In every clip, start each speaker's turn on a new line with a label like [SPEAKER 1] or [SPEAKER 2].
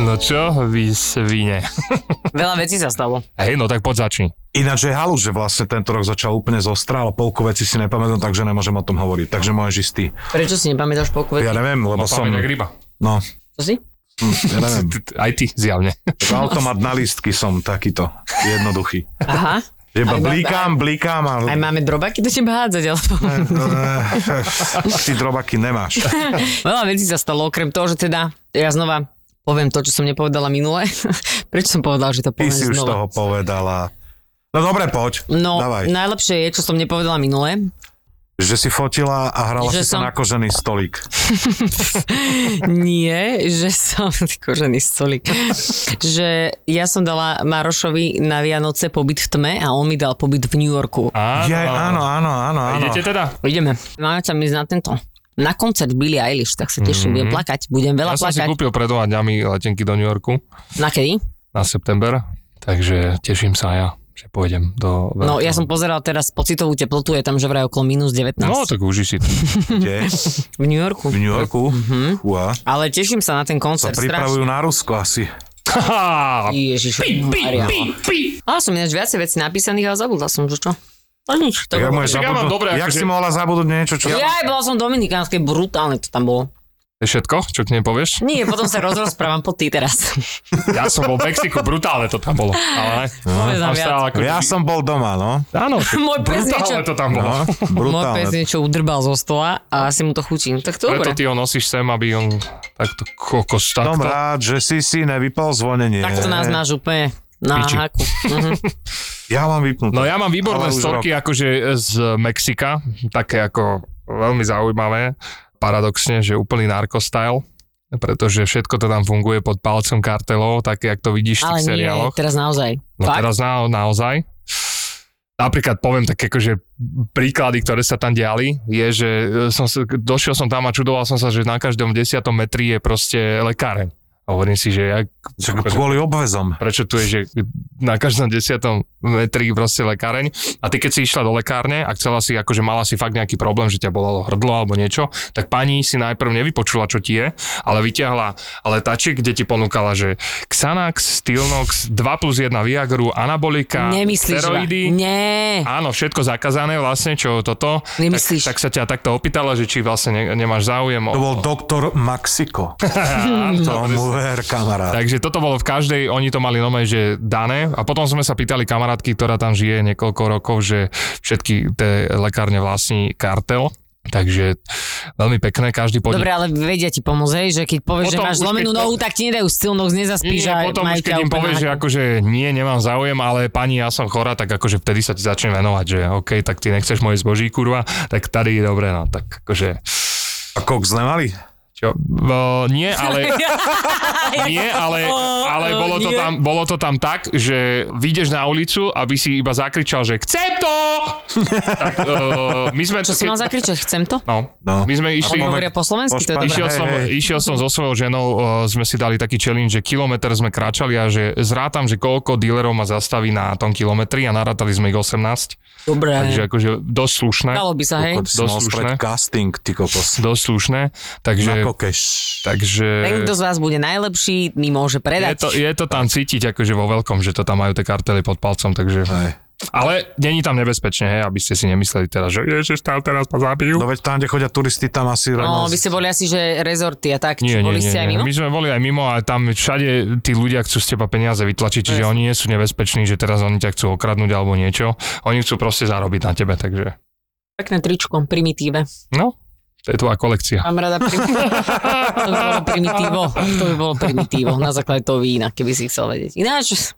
[SPEAKER 1] No čo, vy svine.
[SPEAKER 2] Veľa vecí sa stalo.
[SPEAKER 1] Hej, no tak poď začni.
[SPEAKER 3] Ináč je halu, že vlastne tento rok začal úplne zostra, ale polku veci si nepamätám, takže nemôžem o tom hovoriť. Takže môžeš ísť ty.
[SPEAKER 2] Prečo si nepamätáš pokoj?
[SPEAKER 3] Ja neviem, lebo
[SPEAKER 1] No,
[SPEAKER 3] som...
[SPEAKER 1] pamäť jak ryba.
[SPEAKER 3] No,
[SPEAKER 2] Čo si?
[SPEAKER 3] hm, ja neviem.
[SPEAKER 1] Ty- ty- Aj ty, zjavne.
[SPEAKER 3] Automat na lístky som takýto. Jednoduchý.
[SPEAKER 2] Aha.
[SPEAKER 3] Jeba
[SPEAKER 2] Aj-
[SPEAKER 3] blíkam, blíkam a...
[SPEAKER 2] Aj máme drobaky do teba hádzať, alebo...
[SPEAKER 3] Eh, Ty drobaky nemáš.
[SPEAKER 2] Veľa vecí sa stalo, okrem toho, že teda ja znova poviem to, čo som nepovedala minule. Prečo som povedala, že to
[SPEAKER 3] Ty
[SPEAKER 2] poviem
[SPEAKER 3] si
[SPEAKER 2] znova?
[SPEAKER 3] už toho povedala. No dobre, poď.
[SPEAKER 2] No,
[SPEAKER 3] Dávaj.
[SPEAKER 2] najlepšie je, čo som nepovedala minule.
[SPEAKER 3] Že si fotila a hrala
[SPEAKER 2] Že
[SPEAKER 3] si
[SPEAKER 2] som-
[SPEAKER 3] sa na kožený stolík.
[SPEAKER 2] Nie, že som kožený stolík. že ja som dala Marošovi na Vianoce pobyt v tme a on mi dal pobyt v New Yorku.
[SPEAKER 1] Áno.
[SPEAKER 3] Je, áno, áno, áno, áno.
[SPEAKER 1] Idete teda?
[SPEAKER 2] Ideme. Máme sa ísť na tento na koncert Billie Eilish, tak sa teším,
[SPEAKER 3] Mhm.
[SPEAKER 2] budem plakať, budem veľa
[SPEAKER 1] Ja som si
[SPEAKER 2] plakať.
[SPEAKER 1] kúpil pred dvoma dňami letenky do New Yorku
[SPEAKER 2] Na kedy?
[SPEAKER 1] na september, takže teším sa aj ja, že pôjdem do...
[SPEAKER 2] No,
[SPEAKER 1] veľkého.
[SPEAKER 2] ja som pozeral teraz pocitovú teplotu, je tam že vraj okolo minus 19
[SPEAKER 1] No, tak už si.
[SPEAKER 3] Kde?
[SPEAKER 2] v New Yorku.
[SPEAKER 3] V New Yorku?
[SPEAKER 2] Mhm.
[SPEAKER 3] Uá.
[SPEAKER 2] Ale teším sa na ten
[SPEAKER 3] Sa
[SPEAKER 2] koncert, strašne.
[SPEAKER 3] pripravujú na Rusko asi.
[SPEAKER 1] Haha,
[SPEAKER 2] Ježiš, Maria. Ale som ináč viacej vecí napísaných, ale zabudla som, že čo? A No nič, to
[SPEAKER 3] Tak ja
[SPEAKER 2] bolo.
[SPEAKER 3] moje
[SPEAKER 1] tak ja mám
[SPEAKER 3] zabudnú...
[SPEAKER 1] dobre,
[SPEAKER 3] Jak
[SPEAKER 1] akože-
[SPEAKER 3] si mohla zabudnúť niečo, čo...
[SPEAKER 2] Ja aj bola som v Dominikánskej, brutálne to tam bolo.
[SPEAKER 1] to je všetko, čo k nej povieš?
[SPEAKER 2] Nie, potom sa rozprávam po ty teraz.
[SPEAKER 1] Ja som bol v Mexiku, brutálne to tam bolo. Ale...
[SPEAKER 2] Povedz nám
[SPEAKER 1] Až
[SPEAKER 2] No, viac.
[SPEAKER 1] stále ako-
[SPEAKER 3] Ja som bol doma, no.
[SPEAKER 1] Áno, však
[SPEAKER 2] Môj pes niečo,
[SPEAKER 1] brutálne to tam bolo.
[SPEAKER 3] No,
[SPEAKER 2] môj pes
[SPEAKER 3] brutálne.
[SPEAKER 2] niečo udrbal zo stola a asi mu to chutí. No, Tak to
[SPEAKER 1] Preto
[SPEAKER 2] dobre.
[SPEAKER 1] ty ho nosíš sem, aby on takto kokos
[SPEAKER 3] Som
[SPEAKER 1] takto.
[SPEAKER 3] rád, že si si nevypal zvonenie.
[SPEAKER 2] Takto nás máš úplne na
[SPEAKER 1] Piči.
[SPEAKER 2] haku. Mhm.
[SPEAKER 3] Ja mám vypnuté.
[SPEAKER 1] No ja mám výborné
[SPEAKER 3] Ale už
[SPEAKER 1] storky akože z Mexika, také ako veľmi zaujímavé, paradoxne, že úplný narkostyle, pretože všetko to tam funguje pod palcom kartelov, také, jak to vidíš v
[SPEAKER 2] Ale
[SPEAKER 1] tých
[SPEAKER 2] nie,
[SPEAKER 1] seriáloch.
[SPEAKER 2] teraz naozaj.
[SPEAKER 1] No
[SPEAKER 2] Fakt?
[SPEAKER 1] teraz na, naozaj. Napríklad poviem tak akože príklady, ktoré sa tam diali, je, že e, som, sa- došiel som tam a čudoval som sa, že na každom desiatom metri je proste lekáreň. A Hovorím si, že jak,
[SPEAKER 3] Čo, kvôli obvezom.
[SPEAKER 1] prečo tu je, že na každom desiatom metri proste lekáreň a ty keď si išla do lekárne a chcela si, akože mala si fakt nejaký problém, že ťa bolalo hrdlo alebo niečo, tak pani si najprv nevypočula, čo ti je, ale vyťahla letáčik, kde ti ponúkala, že Xanax, Stilnox, 2 plus 1 Viagru, anabolika,
[SPEAKER 2] Nemyslíš, iba.
[SPEAKER 1] steroidy.
[SPEAKER 2] Nie.
[SPEAKER 1] Áno, všetko zakázané vlastne, čo toto.
[SPEAKER 2] Nemyslíš.
[SPEAKER 1] Tak, tak sa ťa takto opýtala, že či vlastne ne, nemáš záujem
[SPEAKER 3] To
[SPEAKER 1] o,
[SPEAKER 3] bol doktor Maxiko.
[SPEAKER 1] No,
[SPEAKER 3] Tomu ver, kamarát.
[SPEAKER 1] Takže toto bolo v každej, oni to mali nome, že dané. A potom sme sa pýtali kamarátky, ktorá tam žije niekoľko rokov, že všetky tie lekárne vlastní kartel. Takže veľmi pekné, každý podnik.
[SPEAKER 2] Dobre, ale vedia ti pomôcť, hej, že keď povieš, že
[SPEAKER 1] Potom
[SPEAKER 2] máš
[SPEAKER 1] už
[SPEAKER 2] zlomenú
[SPEAKER 1] keď
[SPEAKER 2] nohu,
[SPEAKER 1] po-
[SPEAKER 2] tak ti nedajú silnox, nezaspíš
[SPEAKER 1] nie,
[SPEAKER 2] a
[SPEAKER 1] potom
[SPEAKER 2] majú
[SPEAKER 1] už
[SPEAKER 2] ťa
[SPEAKER 1] keď im
[SPEAKER 2] úplne
[SPEAKER 1] povieš,
[SPEAKER 2] na-
[SPEAKER 1] že akože nie, nemám záujem, ale pani, ja som chorá, tak akože vtedy sa ti začne venovať, že OK, tak ty nechceš moje zboží, kurva, tak tady je dobre, no, tak akože,
[SPEAKER 3] A koks nemali?
[SPEAKER 1] čo, no, nie, ale... Nie, ale, ale bolo, to
[SPEAKER 2] nie.
[SPEAKER 1] tam, bolo to tam tak, že vyjdeš na ulicu, aby si iba zakričal, že chcem to! tak, uh, my sme...
[SPEAKER 2] Čo si mal zakričať, chcem to?
[SPEAKER 1] No,
[SPEAKER 3] No.
[SPEAKER 1] my sme išli...
[SPEAKER 3] Moment.
[SPEAKER 2] Hovoria po slovensky, to je
[SPEAKER 3] Pošpa-
[SPEAKER 2] dobré.
[SPEAKER 1] Išiel
[SPEAKER 3] Hej,
[SPEAKER 1] som,
[SPEAKER 3] hej.
[SPEAKER 1] išiel som so svojou ženou, uh, sme si dali taký challenge, že kilometr sme kráčali a že zrátam, že koľko dílerov ma zastaví na tom kilometri a narátali sme ich 18,
[SPEAKER 2] Dobre.
[SPEAKER 1] takže akože dosť slušné,
[SPEAKER 2] Dalo by sa, hej.
[SPEAKER 3] Kokot, si
[SPEAKER 1] Dosť
[SPEAKER 3] mal
[SPEAKER 1] slušné.
[SPEAKER 3] spraviť casting, ty kokos.
[SPEAKER 1] dosť slušné, takže...
[SPEAKER 3] Na kokeš.
[SPEAKER 1] takže...
[SPEAKER 2] Ten, kto z vás bude najlepší, mi môže
[SPEAKER 1] Je
[SPEAKER 2] predať.
[SPEAKER 1] to, je to tam cítiť akože vo veľkom, že to tam majú tie kartely pod palcom, takže...
[SPEAKER 3] Hej.
[SPEAKER 1] Ale není tam nebezpečne, hej, aby ste si nemysleli teraz, že ježiš, tam teraz ma zabijú.
[SPEAKER 3] No veď tam, kde chodia turisti, tam asi...
[SPEAKER 2] No,
[SPEAKER 3] rovno-
[SPEAKER 2] vy ste boli asi, že rezorty a tak,
[SPEAKER 1] Nie,
[SPEAKER 2] či
[SPEAKER 1] nie,
[SPEAKER 2] boli
[SPEAKER 1] nie,
[SPEAKER 2] ste aj
[SPEAKER 1] nie.
[SPEAKER 2] mimo?
[SPEAKER 1] My sme boli aj mimo a tam všade tí ľudia chcú z teba peniaze vytlačiť, čiže
[SPEAKER 2] No,
[SPEAKER 1] oni nie sú nebezpeční, že teraz oni ťa chcú okradnúť alebo niečo. Oni chcú proste zarobiť na tebe, takže
[SPEAKER 2] Pekné tričko, primitíve.
[SPEAKER 1] no, to je tvoja kolekcia.
[SPEAKER 2] Mám rada primitívo. to by bolo primitívo. To by bolo primitívo, na základe toho vína, keby si chcel vedieť. Ináč,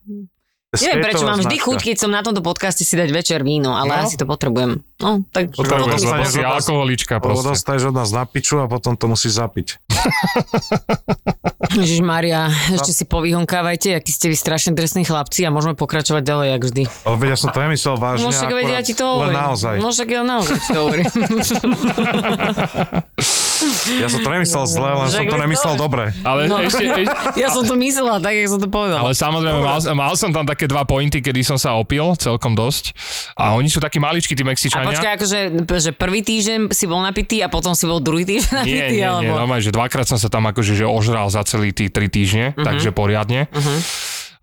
[SPEAKER 2] Neviem,
[SPEAKER 3] je
[SPEAKER 2] prečo
[SPEAKER 3] to
[SPEAKER 2] mám vždy
[SPEAKER 3] značka.
[SPEAKER 2] chuť, keď som na tomto podcaste si dať večer víno, ale
[SPEAKER 1] No.
[SPEAKER 2] asi to potrebujem. No, tak
[SPEAKER 1] To je
[SPEAKER 3] Potom
[SPEAKER 1] vlastne,
[SPEAKER 3] dostaneš
[SPEAKER 1] si
[SPEAKER 3] od nás-
[SPEAKER 1] alkoholička
[SPEAKER 3] Lebo
[SPEAKER 1] proste.
[SPEAKER 3] dostaneš od nás na piču a potom to musíš zapiť.
[SPEAKER 2] Ježiš Maria, ešte
[SPEAKER 3] No.
[SPEAKER 2] si povyhonkávajte, akí ste vy strašne drsní chlapci a môžeme pokračovať ďalej, jak vždy.
[SPEAKER 3] Ale veď ja som to nemyslel vážne.
[SPEAKER 2] No však veď ja
[SPEAKER 3] No, akurát-
[SPEAKER 2] ti to
[SPEAKER 3] len
[SPEAKER 2] hovorím.
[SPEAKER 3] naozaj.
[SPEAKER 2] No však ja naozaj ti to hovorím.
[SPEAKER 3] Ja som to nemyslel zle, len
[SPEAKER 2] Však
[SPEAKER 3] som to
[SPEAKER 2] veď
[SPEAKER 3] nemyslel
[SPEAKER 2] to-
[SPEAKER 3] dobre.
[SPEAKER 1] Ale
[SPEAKER 2] No.
[SPEAKER 1] ešte, ešte,
[SPEAKER 2] ja som to myslela, tak jak som to povedala.
[SPEAKER 1] Ale samozrejme, mal, mal som tam také dva pointy, kedy som sa opil celkom dosť. A oni sú takí maličkí, tí
[SPEAKER 2] A
[SPEAKER 1] Mexičania.
[SPEAKER 2] počkaj, akože že prvý týždeň si bol napitý a potom si bol druhý týždeň
[SPEAKER 1] nie,
[SPEAKER 2] napitý,
[SPEAKER 1] nie, no. nie,
[SPEAKER 2] alebo...
[SPEAKER 1] normálne, že dvakrát som sa tam akože že ožral za celý tí tri týždne, uh-huh. takže poriadne. Uh-huh.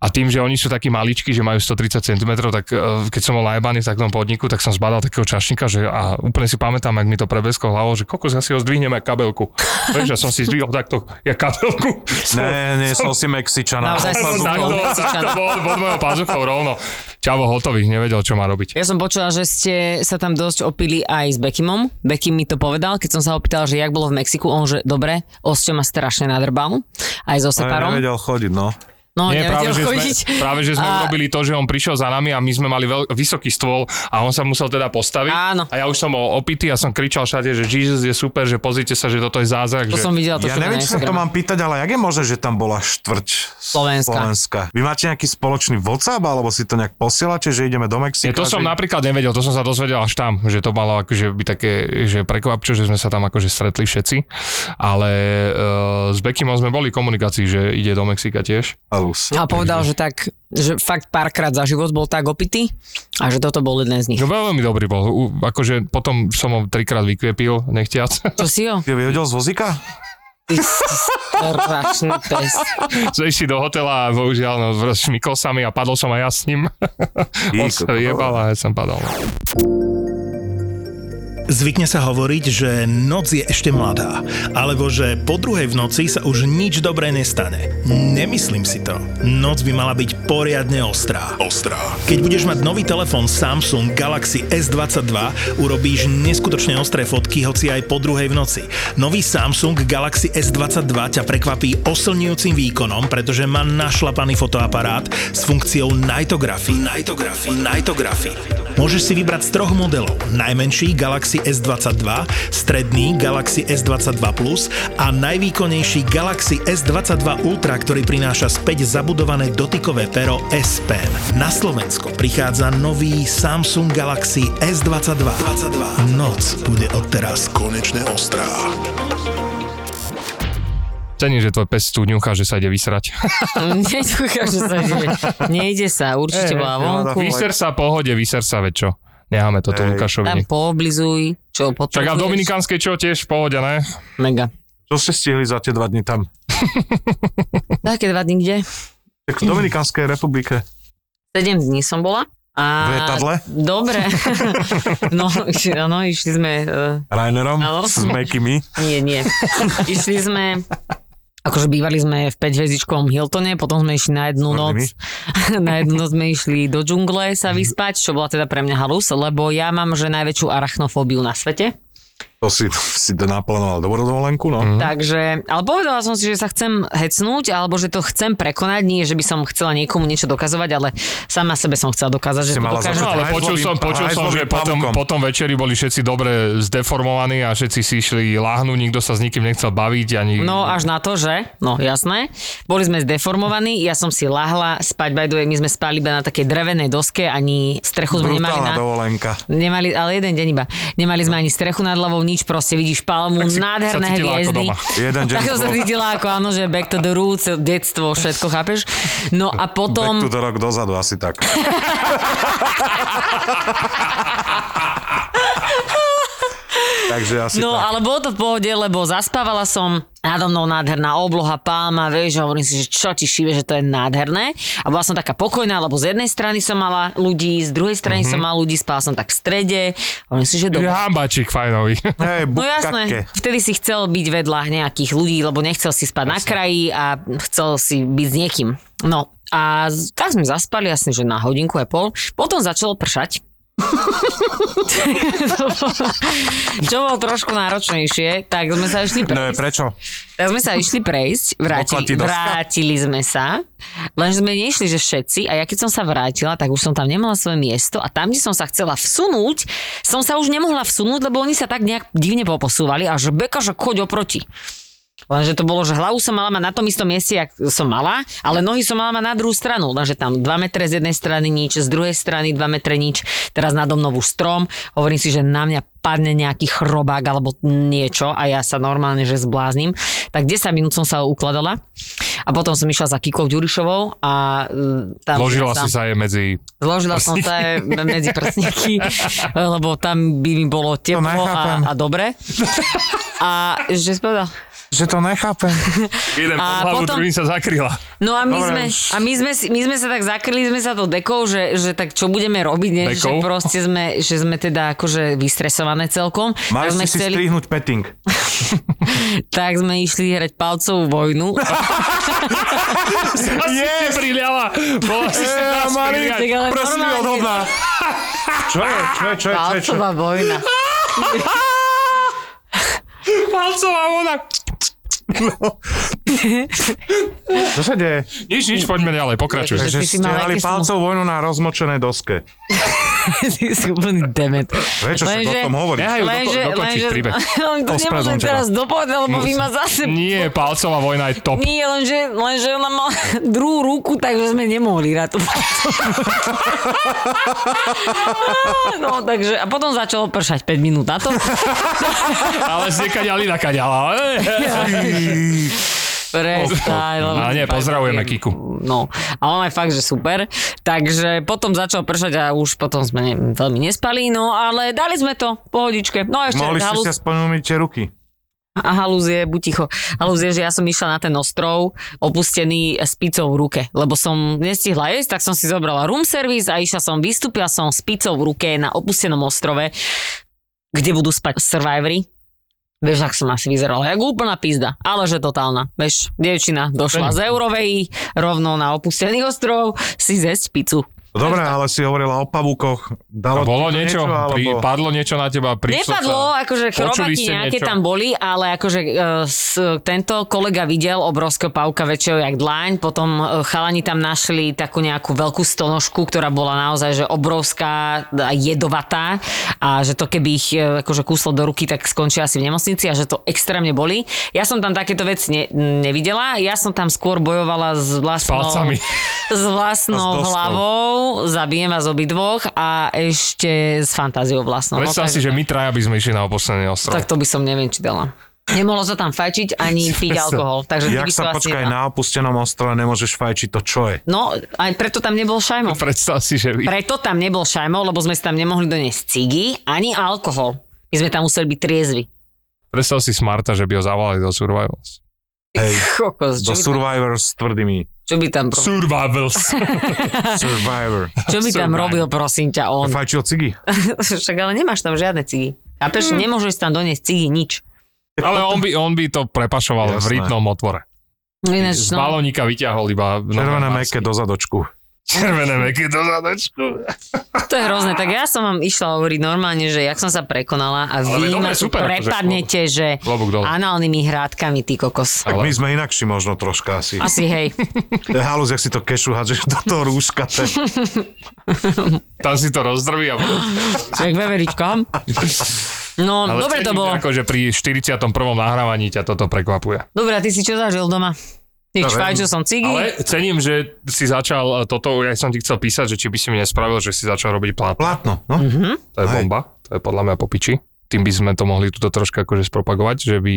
[SPEAKER 1] A tým, že oni sú takí maličkí, že majú 130 cm, tak eh, keď som bol najebaný v takom podniku, tak som zbadal takého čašníka, že a úplne si pamätám, ak mi to prebesko hlavou, že kokos, ja si ho zdvihnem aj kabelku. Vieš, ja som si zdvihol takto, ja kabelku.
[SPEAKER 3] Ne, nie, som si Mexičana.
[SPEAKER 2] Naozaj si
[SPEAKER 3] Som-
[SPEAKER 2] zdvihol.
[SPEAKER 1] Takto, takto, pod, pod mojou pazuchou rovno. Čavo hotový, nevedel, čo má robiť.
[SPEAKER 2] Ja som počula, že ste sa tam dosť opili aj s Bekimom. Bekim mi to povedal, keď som sa opýtal, že jak bolo v Mexiku, on že dobre, osťo ma strašne nadrbal, aj so
[SPEAKER 3] Ale
[SPEAKER 2] separom.
[SPEAKER 3] nevedel chodiť, no.
[SPEAKER 2] No,
[SPEAKER 1] Nie, práve
[SPEAKER 2] nevedel
[SPEAKER 1] že,
[SPEAKER 2] chodiť.
[SPEAKER 1] sme, práve že sme
[SPEAKER 2] A-
[SPEAKER 1] urobili to, že on prišiel za nami a my sme mali veľ, vysoký stôl a on sa musel teda postaviť.
[SPEAKER 2] Áno.
[SPEAKER 1] A ja už som bol opitý a som kričal všade, že Jesus je super, že pozrite sa, že toto je zázrak.
[SPEAKER 2] To
[SPEAKER 1] že...
[SPEAKER 2] som videla, to
[SPEAKER 3] Ja
[SPEAKER 2] čo
[SPEAKER 3] neviem,
[SPEAKER 2] na
[SPEAKER 3] čo sa to
[SPEAKER 2] Instagrame.
[SPEAKER 3] mám pýtať, ale jak je možné, že tam bola štvrť
[SPEAKER 2] Slovenska.
[SPEAKER 3] Slovenska? Vy máte nejaký spoločný WhatsApp, alebo si to nejak posielate, že ideme do Mexika?
[SPEAKER 1] Nie, to som
[SPEAKER 3] že...
[SPEAKER 1] napríklad nevedel, to som sa dozvedel až tam, že to malo akože byť také, že prekvapčo, že sme sa tam akože stretli všetci, ale uh, s Bekimom sme boli v komunikácii, že ide do Mexika tiež.
[SPEAKER 3] Alus.
[SPEAKER 2] No A povedal, že tak, že fakt párkrát za život bol tak opitý a že toto bol jeden z nich.
[SPEAKER 1] No veľmi dobrý bol, U, akože potom som ho trikrát vykviepil, nechtiac.
[SPEAKER 2] Čo si ho?
[SPEAKER 3] Ty vyhodil z vozíka?
[SPEAKER 2] Ty si strašný pes.
[SPEAKER 1] Zešli do hotela a bohužiaľ no, šmykol sa mi a padol som aj ja s ním. On
[SPEAKER 3] Ty,
[SPEAKER 1] sa
[SPEAKER 3] kokos.
[SPEAKER 1] jebal a ja som padol.
[SPEAKER 4] Zvykne sa hovoriť, že noc je ešte mladá, alebo že po druhej v noci sa už nič dobré nestane. Nemyslím si to. Noc by mala byť poriadne ostrá. Ostrá. Keď budeš mať nový telefón Samsung Galaxy S22, urobíš neskutočne ostré fotky, hoci aj po druhej v noci. Nový Samsung Galaxy S22 ťa prekvapí oslňujúcim výkonom, pretože má našlapaný fotoaparát s funkciou Nightography. Nightography. Nightography. Môžeš si vybrať z troch modelov. Najmenší Galaxy S22, stredný Galaxy S22 Plus a najvýkonnejší Galaxy S22 Ultra, ktorý prináša späť zabudované dotykové pero S Pen. Na Slovensko prichádza nový Samsung Galaxy S22. 22. Noc bude odteraz konečne ostrá.
[SPEAKER 1] Cením, že tvoj pes tu ňucha, že sa ide vysrať.
[SPEAKER 2] Neťuchá, že sa ide. Nejde sa, určite
[SPEAKER 1] Ej,
[SPEAKER 2] bola
[SPEAKER 3] no,
[SPEAKER 2] vonku.
[SPEAKER 1] Vyser sa, pohode, vyser sa, veď čo. Necháme toto
[SPEAKER 3] Hej.
[SPEAKER 2] Tam
[SPEAKER 1] Lukášovi. nech-
[SPEAKER 2] pooblizuj,
[SPEAKER 1] Čak a v
[SPEAKER 2] čo potrebuješ.
[SPEAKER 1] Dominikánskej čo tiež v pohode, ne?
[SPEAKER 2] Mega.
[SPEAKER 3] Čo ste stihli za tie dva dni tam?
[SPEAKER 2] Také dva dní kde?
[SPEAKER 3] Tak v Dominikánskej republike.
[SPEAKER 2] 7 dní som bola. A...
[SPEAKER 3] V lietadle?
[SPEAKER 2] Dobre. no, išli, áno, išli sme... Uh,
[SPEAKER 3] Rainerom?
[SPEAKER 2] Áno.
[SPEAKER 3] S Mekimi?
[SPEAKER 2] nie, nie. Išli sme... Akože bývali sme v 5 hviezdičkovom Hiltone, potom sme išli na jednu
[SPEAKER 3] Tvrdými.
[SPEAKER 2] noc. Na jednu noc sme išli do džungle
[SPEAKER 3] Mhm.
[SPEAKER 2] sa vyspať, čo bola teda pre mňa halus, lebo ja mám, že najväčšiu arachnofóbiu na svete.
[SPEAKER 3] To si, si to naplánoval dobrú dovolenku, no? Mm.
[SPEAKER 2] Takže, ale povedala som si, že sa chcem hecnúť, alebo že to chcem prekonať, nie, že by som chcela niekomu niečo dokazovať, ale sama sebe som chcela dokázať, že
[SPEAKER 3] Si
[SPEAKER 2] to
[SPEAKER 3] mala
[SPEAKER 2] dokážem.
[SPEAKER 3] začať
[SPEAKER 1] No, ale
[SPEAKER 3] Akože Hajzlovým-
[SPEAKER 1] počul som, počul som, že
[SPEAKER 3] hajzlovým
[SPEAKER 1] potom,
[SPEAKER 3] pavúkom.
[SPEAKER 1] potom večeri boli všetci dobre zdeformovaní a všetci si išli láhnuť, nikto sa s nikým nechcel baviť ani...
[SPEAKER 2] No
[SPEAKER 3] Mm.
[SPEAKER 2] až na to, že, no jasné, boli sme zdeformovaní, ja som si lahla spať, by the way, my sme spali iba na takej drevenej doske, ani strechu sme nemali
[SPEAKER 3] Brutálna
[SPEAKER 2] na...
[SPEAKER 3] dovolenka.
[SPEAKER 2] Nemali, ale jeden deň iba. Nemali sme ani strechu nad hlavou, nič, proste vidíš palmu,
[SPEAKER 1] Tak si-
[SPEAKER 2] nádherné
[SPEAKER 1] sa cítila ako
[SPEAKER 2] hviezdy.
[SPEAKER 1] doma.
[SPEAKER 3] Jeden deň
[SPEAKER 2] tak som
[SPEAKER 3] to
[SPEAKER 2] sa
[SPEAKER 3] bolo-
[SPEAKER 2] cítila ako, áno, že back to the roots, detstvo, všetko, chápeš? No a potom...
[SPEAKER 3] Back to the rock dozadu, asi tak. Takže asi
[SPEAKER 2] No,
[SPEAKER 3] tak.
[SPEAKER 2] ale bolo to v pohode, lebo zaspávala som nado mnou nádherná obloha, palma, vieš, a hovorím si, že čo ti šíbe, že to je nádherné. A bola som taká pokojná, lebo z jednej strany som mala ľudí, z druhej
[SPEAKER 3] Mhm.
[SPEAKER 2] strany mm-hmm. som mala ľudí, spala som tak v strede. Hovorím si,
[SPEAKER 1] Že
[SPEAKER 2] že dobre.
[SPEAKER 1] Hambačík fajnový.
[SPEAKER 3] Hej,
[SPEAKER 2] No
[SPEAKER 3] bukake.
[SPEAKER 2] jasné, vtedy si chcel byť vedľa nejakých ľudí, lebo nechcel si spať na kraji a chcel si byť s niekým. No a z- tak sme zaspali, jasne, že na hodinku a pol. Potom začalo pršať Čo bolo trošku náročnejšie, tak sme sa išli
[SPEAKER 3] No
[SPEAKER 2] prejsť.
[SPEAKER 3] prečo?
[SPEAKER 2] Tak sme sa išli prejsť,
[SPEAKER 3] Poklad ti
[SPEAKER 2] vrátili,
[SPEAKER 3] dostal.
[SPEAKER 2] vrátili sme sa, len sme nešli, že všetci, a ja keď som sa vrátila, tak už som tam nemala svoje miesto a tam, kde som sa chcela vsunúť, som sa už nemohla vsunúť, lebo oni sa tak nejak divne poposúvali a že Beka, že choď oproti. Lenže to bolo, že hlavu som mala mať na tom istom mieste, jak som mala, ale nohy som mala mať na druhú stranu. Lenže tam 2 metre z jednej strany nič, z druhej strany 2 metre nič, teraz nado mnou už strom. Hovorím si, že na mňa padne nejaký chrobák alebo niečo a ja sa normálne, že zbláznim. Tak 10 minút som sa ukladala a potom som išla za Kikou Ďurišovou a mm, tam...
[SPEAKER 1] Vložila
[SPEAKER 2] tam,
[SPEAKER 1] si sa je medzi...
[SPEAKER 2] Zložila som sa aj medzi prsníky, lebo tam by mi bolo teplo
[SPEAKER 3] nechápem.
[SPEAKER 2] a, a dobre. A že si povedal,
[SPEAKER 3] Že to nechápem.
[SPEAKER 1] Jeden pod
[SPEAKER 2] A
[SPEAKER 1] hlavu,
[SPEAKER 2] potom-
[SPEAKER 1] druhý sa zakryla.
[SPEAKER 2] No a my, sme,
[SPEAKER 3] Dobre.
[SPEAKER 2] a my, sme, si- my sme sa tak zakryli sme sa to dekou, že, že tak čo budeme robiť, ne? že
[SPEAKER 1] Dekou?
[SPEAKER 2] proste sme, že sme teda akože vystresované celkom.
[SPEAKER 3] Mali
[SPEAKER 2] tak, sme
[SPEAKER 3] ste si strihnúť petting.
[SPEAKER 2] tak sme išli hrať palcovú vojnu.
[SPEAKER 1] Asi yes! si priľala. Bola si si
[SPEAKER 3] Ej,
[SPEAKER 1] nás
[SPEAKER 3] Mari,
[SPEAKER 1] priliať.
[SPEAKER 2] tak ale
[SPEAKER 3] Prsty
[SPEAKER 2] normálne-
[SPEAKER 3] odhodná. Čo je? Čo je? Čo je? Čo je? Čo je?
[SPEAKER 2] Palcová vojna.
[SPEAKER 1] Palcová ona.
[SPEAKER 3] Čo sa deje?
[SPEAKER 1] Nič, nič, poďme ďalej, pokračuj.
[SPEAKER 2] Ježiš.
[SPEAKER 3] Že
[SPEAKER 2] ty si
[SPEAKER 3] ste
[SPEAKER 2] mal
[SPEAKER 3] mali
[SPEAKER 2] aké som-
[SPEAKER 3] palcov vojnu na rozmočenej doske.
[SPEAKER 2] Ty si úplný demet. No,
[SPEAKER 3] Prečo sa o tom hovorí?
[SPEAKER 1] Nehajú
[SPEAKER 2] lenže,
[SPEAKER 1] doko- dokončiť
[SPEAKER 2] lenže,
[SPEAKER 1] príbeh.
[SPEAKER 2] len to nemôžem
[SPEAKER 1] Ospravedlňujem
[SPEAKER 2] teraz
[SPEAKER 1] teba.
[SPEAKER 2] dopovedať, lebo vy ma zase...
[SPEAKER 1] Nie, palcová vojna je top.
[SPEAKER 2] Nie, lenže, lenže ona mala druhú ruku, takže sme nemohli hrať tú palcovú. No, takže, a potom začalo pršať 5 minút na to.
[SPEAKER 1] Ale z nekaďali na kaďala.
[SPEAKER 2] Prestaj, lebo...
[SPEAKER 1] Ale No, nie, pozdravujeme Kiku.
[SPEAKER 2] No, a ona je fakt, že super. Takže potom začal pršať a už potom sme ne, veľmi nespali, no ale dali sme to, pohodičke. No a ešte
[SPEAKER 3] Mohli ste
[SPEAKER 2] halus,
[SPEAKER 3] si aspoň umyť tie ruky.
[SPEAKER 2] a halus je, buď ticho, halus je, že ja som išla na ten ostrov opustený s pizzou v ruke, lebo som nestihla jesť, tak som si zobrala room service a išla som, vystúpila som s pizzou v ruke na opustenom ostrove, kde budú spať survivory. Vieš, ak som asi vyzerala, jak úplná pizda, ale že totálna. Vieš, dievčina došla z Eurovej, rovno na opustený ostrov, si zjesť pizzu.
[SPEAKER 3] Dobre, No ale si hovorila o
[SPEAKER 1] A
[SPEAKER 3] pavúkoch. Dalo
[SPEAKER 1] bolo
[SPEAKER 3] ti to
[SPEAKER 1] niečo? Pri,
[SPEAKER 3] alebo...
[SPEAKER 1] padlo niečo na teba? Prišlo
[SPEAKER 2] Nepadlo,
[SPEAKER 1] sa-
[SPEAKER 2] akože
[SPEAKER 1] Počuli
[SPEAKER 2] chrobaky
[SPEAKER 1] ste
[SPEAKER 2] nejaké
[SPEAKER 1] niečo?
[SPEAKER 2] tam boli, ale akože e, s, tento kolega videl obrovského pavka väčšieho jak dlaň, potom e, chalani tam našli takú nejakú veľkú stonožku, ktorá bola naozaj že obrovská a jedovatá a že to keby ich e, akože kúslo do ruky, tak skončia asi v nemocnici a že to extrémne boli. Ja som tam takéto veci ne, nevidela, ja som tam skôr bojovala s vlastnou...
[SPEAKER 1] palcami.
[SPEAKER 2] S vlastnou
[SPEAKER 3] A s dostou.
[SPEAKER 2] hlavou, zabijem vás obidvoch a ešte s fantáziou vlastnou. No,
[SPEAKER 1] Predstav si,
[SPEAKER 2] takže-
[SPEAKER 1] že my traja by sme išli na posledný ostrov.
[SPEAKER 2] tak to by som neviem, či dala. Nemohlo sa tam fajčiť ani piť alkohol. Takže ty
[SPEAKER 3] Jak
[SPEAKER 2] by si to
[SPEAKER 3] sa
[SPEAKER 2] asi
[SPEAKER 3] počkaj
[SPEAKER 2] nedala.
[SPEAKER 3] na opustenom ostrove nemôžeš fajčiť to, čo je?
[SPEAKER 2] No, aj preto tam nebol šajmo.
[SPEAKER 1] Predstav si, že... Pre...
[SPEAKER 2] Preto tam nebol šajmo, lebo sme si tam nemohli doniesť cigy ani alkohol. My sme tam museli byť triezvi.
[SPEAKER 1] Predstav si Smarta, že by ho zavolali do Survivals.
[SPEAKER 3] Hej,
[SPEAKER 2] Kokos,
[SPEAKER 3] do
[SPEAKER 2] čo, by tam,
[SPEAKER 3] Survivor s tvrdými.
[SPEAKER 2] čo by tam, pro-
[SPEAKER 1] Survivals.
[SPEAKER 3] Survivor.
[SPEAKER 2] čo by tam
[SPEAKER 1] Survivor.
[SPEAKER 2] robil, prosím ťa, on?
[SPEAKER 3] Fajčil cigy.
[SPEAKER 2] Však ale nemáš tam žiadne cigy. A prečo nemôžeš tam doniesť cigy, nič.
[SPEAKER 1] Ale on by, on by to prepašoval v
[SPEAKER 3] Jasné.
[SPEAKER 1] rytnom otvore.
[SPEAKER 2] Ináč,
[SPEAKER 1] Z
[SPEAKER 2] no,
[SPEAKER 1] balónika vyťahol iba... nové
[SPEAKER 3] Červené
[SPEAKER 1] masky.
[SPEAKER 3] meké do zadočku.
[SPEAKER 1] Červené meky do zadečku.
[SPEAKER 2] to je hrozné. Tak ja som vám išla hovoriť normálne, že jak som sa prekonala a
[SPEAKER 1] Ale
[SPEAKER 2] vy
[SPEAKER 1] dobre,
[SPEAKER 2] ma tu
[SPEAKER 1] super, akože
[SPEAKER 2] prepadnete, že
[SPEAKER 1] Klobúk dole.
[SPEAKER 2] análnymi hrátkami, ty kokos.
[SPEAKER 3] Tak
[SPEAKER 1] Ale-
[SPEAKER 3] my sme inakší možno troška asi. Eh,
[SPEAKER 2] Asi hej.
[SPEAKER 3] Halus, jak si to kešu hádžeš do toho rúška. to je-
[SPEAKER 1] Tam si to rozdrví a potom...
[SPEAKER 2] Človek ve veriť kam. No,
[SPEAKER 1] Ale
[SPEAKER 2] dobre to
[SPEAKER 1] cítim,
[SPEAKER 2] bolo.
[SPEAKER 1] Akože pri 41. nahrávaní ťa toto prekvapuje.
[SPEAKER 2] Dobre, a ty si čo zažil doma? Nič,
[SPEAKER 3] Ja viem.
[SPEAKER 2] fajčil som cigy.
[SPEAKER 1] Ale cením, že si začal eh, toto, ja som ti chcel písať, že či by si mi nespravil, že si začal robiť plán.
[SPEAKER 3] Platno, no.
[SPEAKER 2] Mhm.
[SPEAKER 1] To je
[SPEAKER 3] Hej.
[SPEAKER 1] bomba, to je podľa mňa po piči. Tým by sme to mohli tuto troška akože spropagovať, že by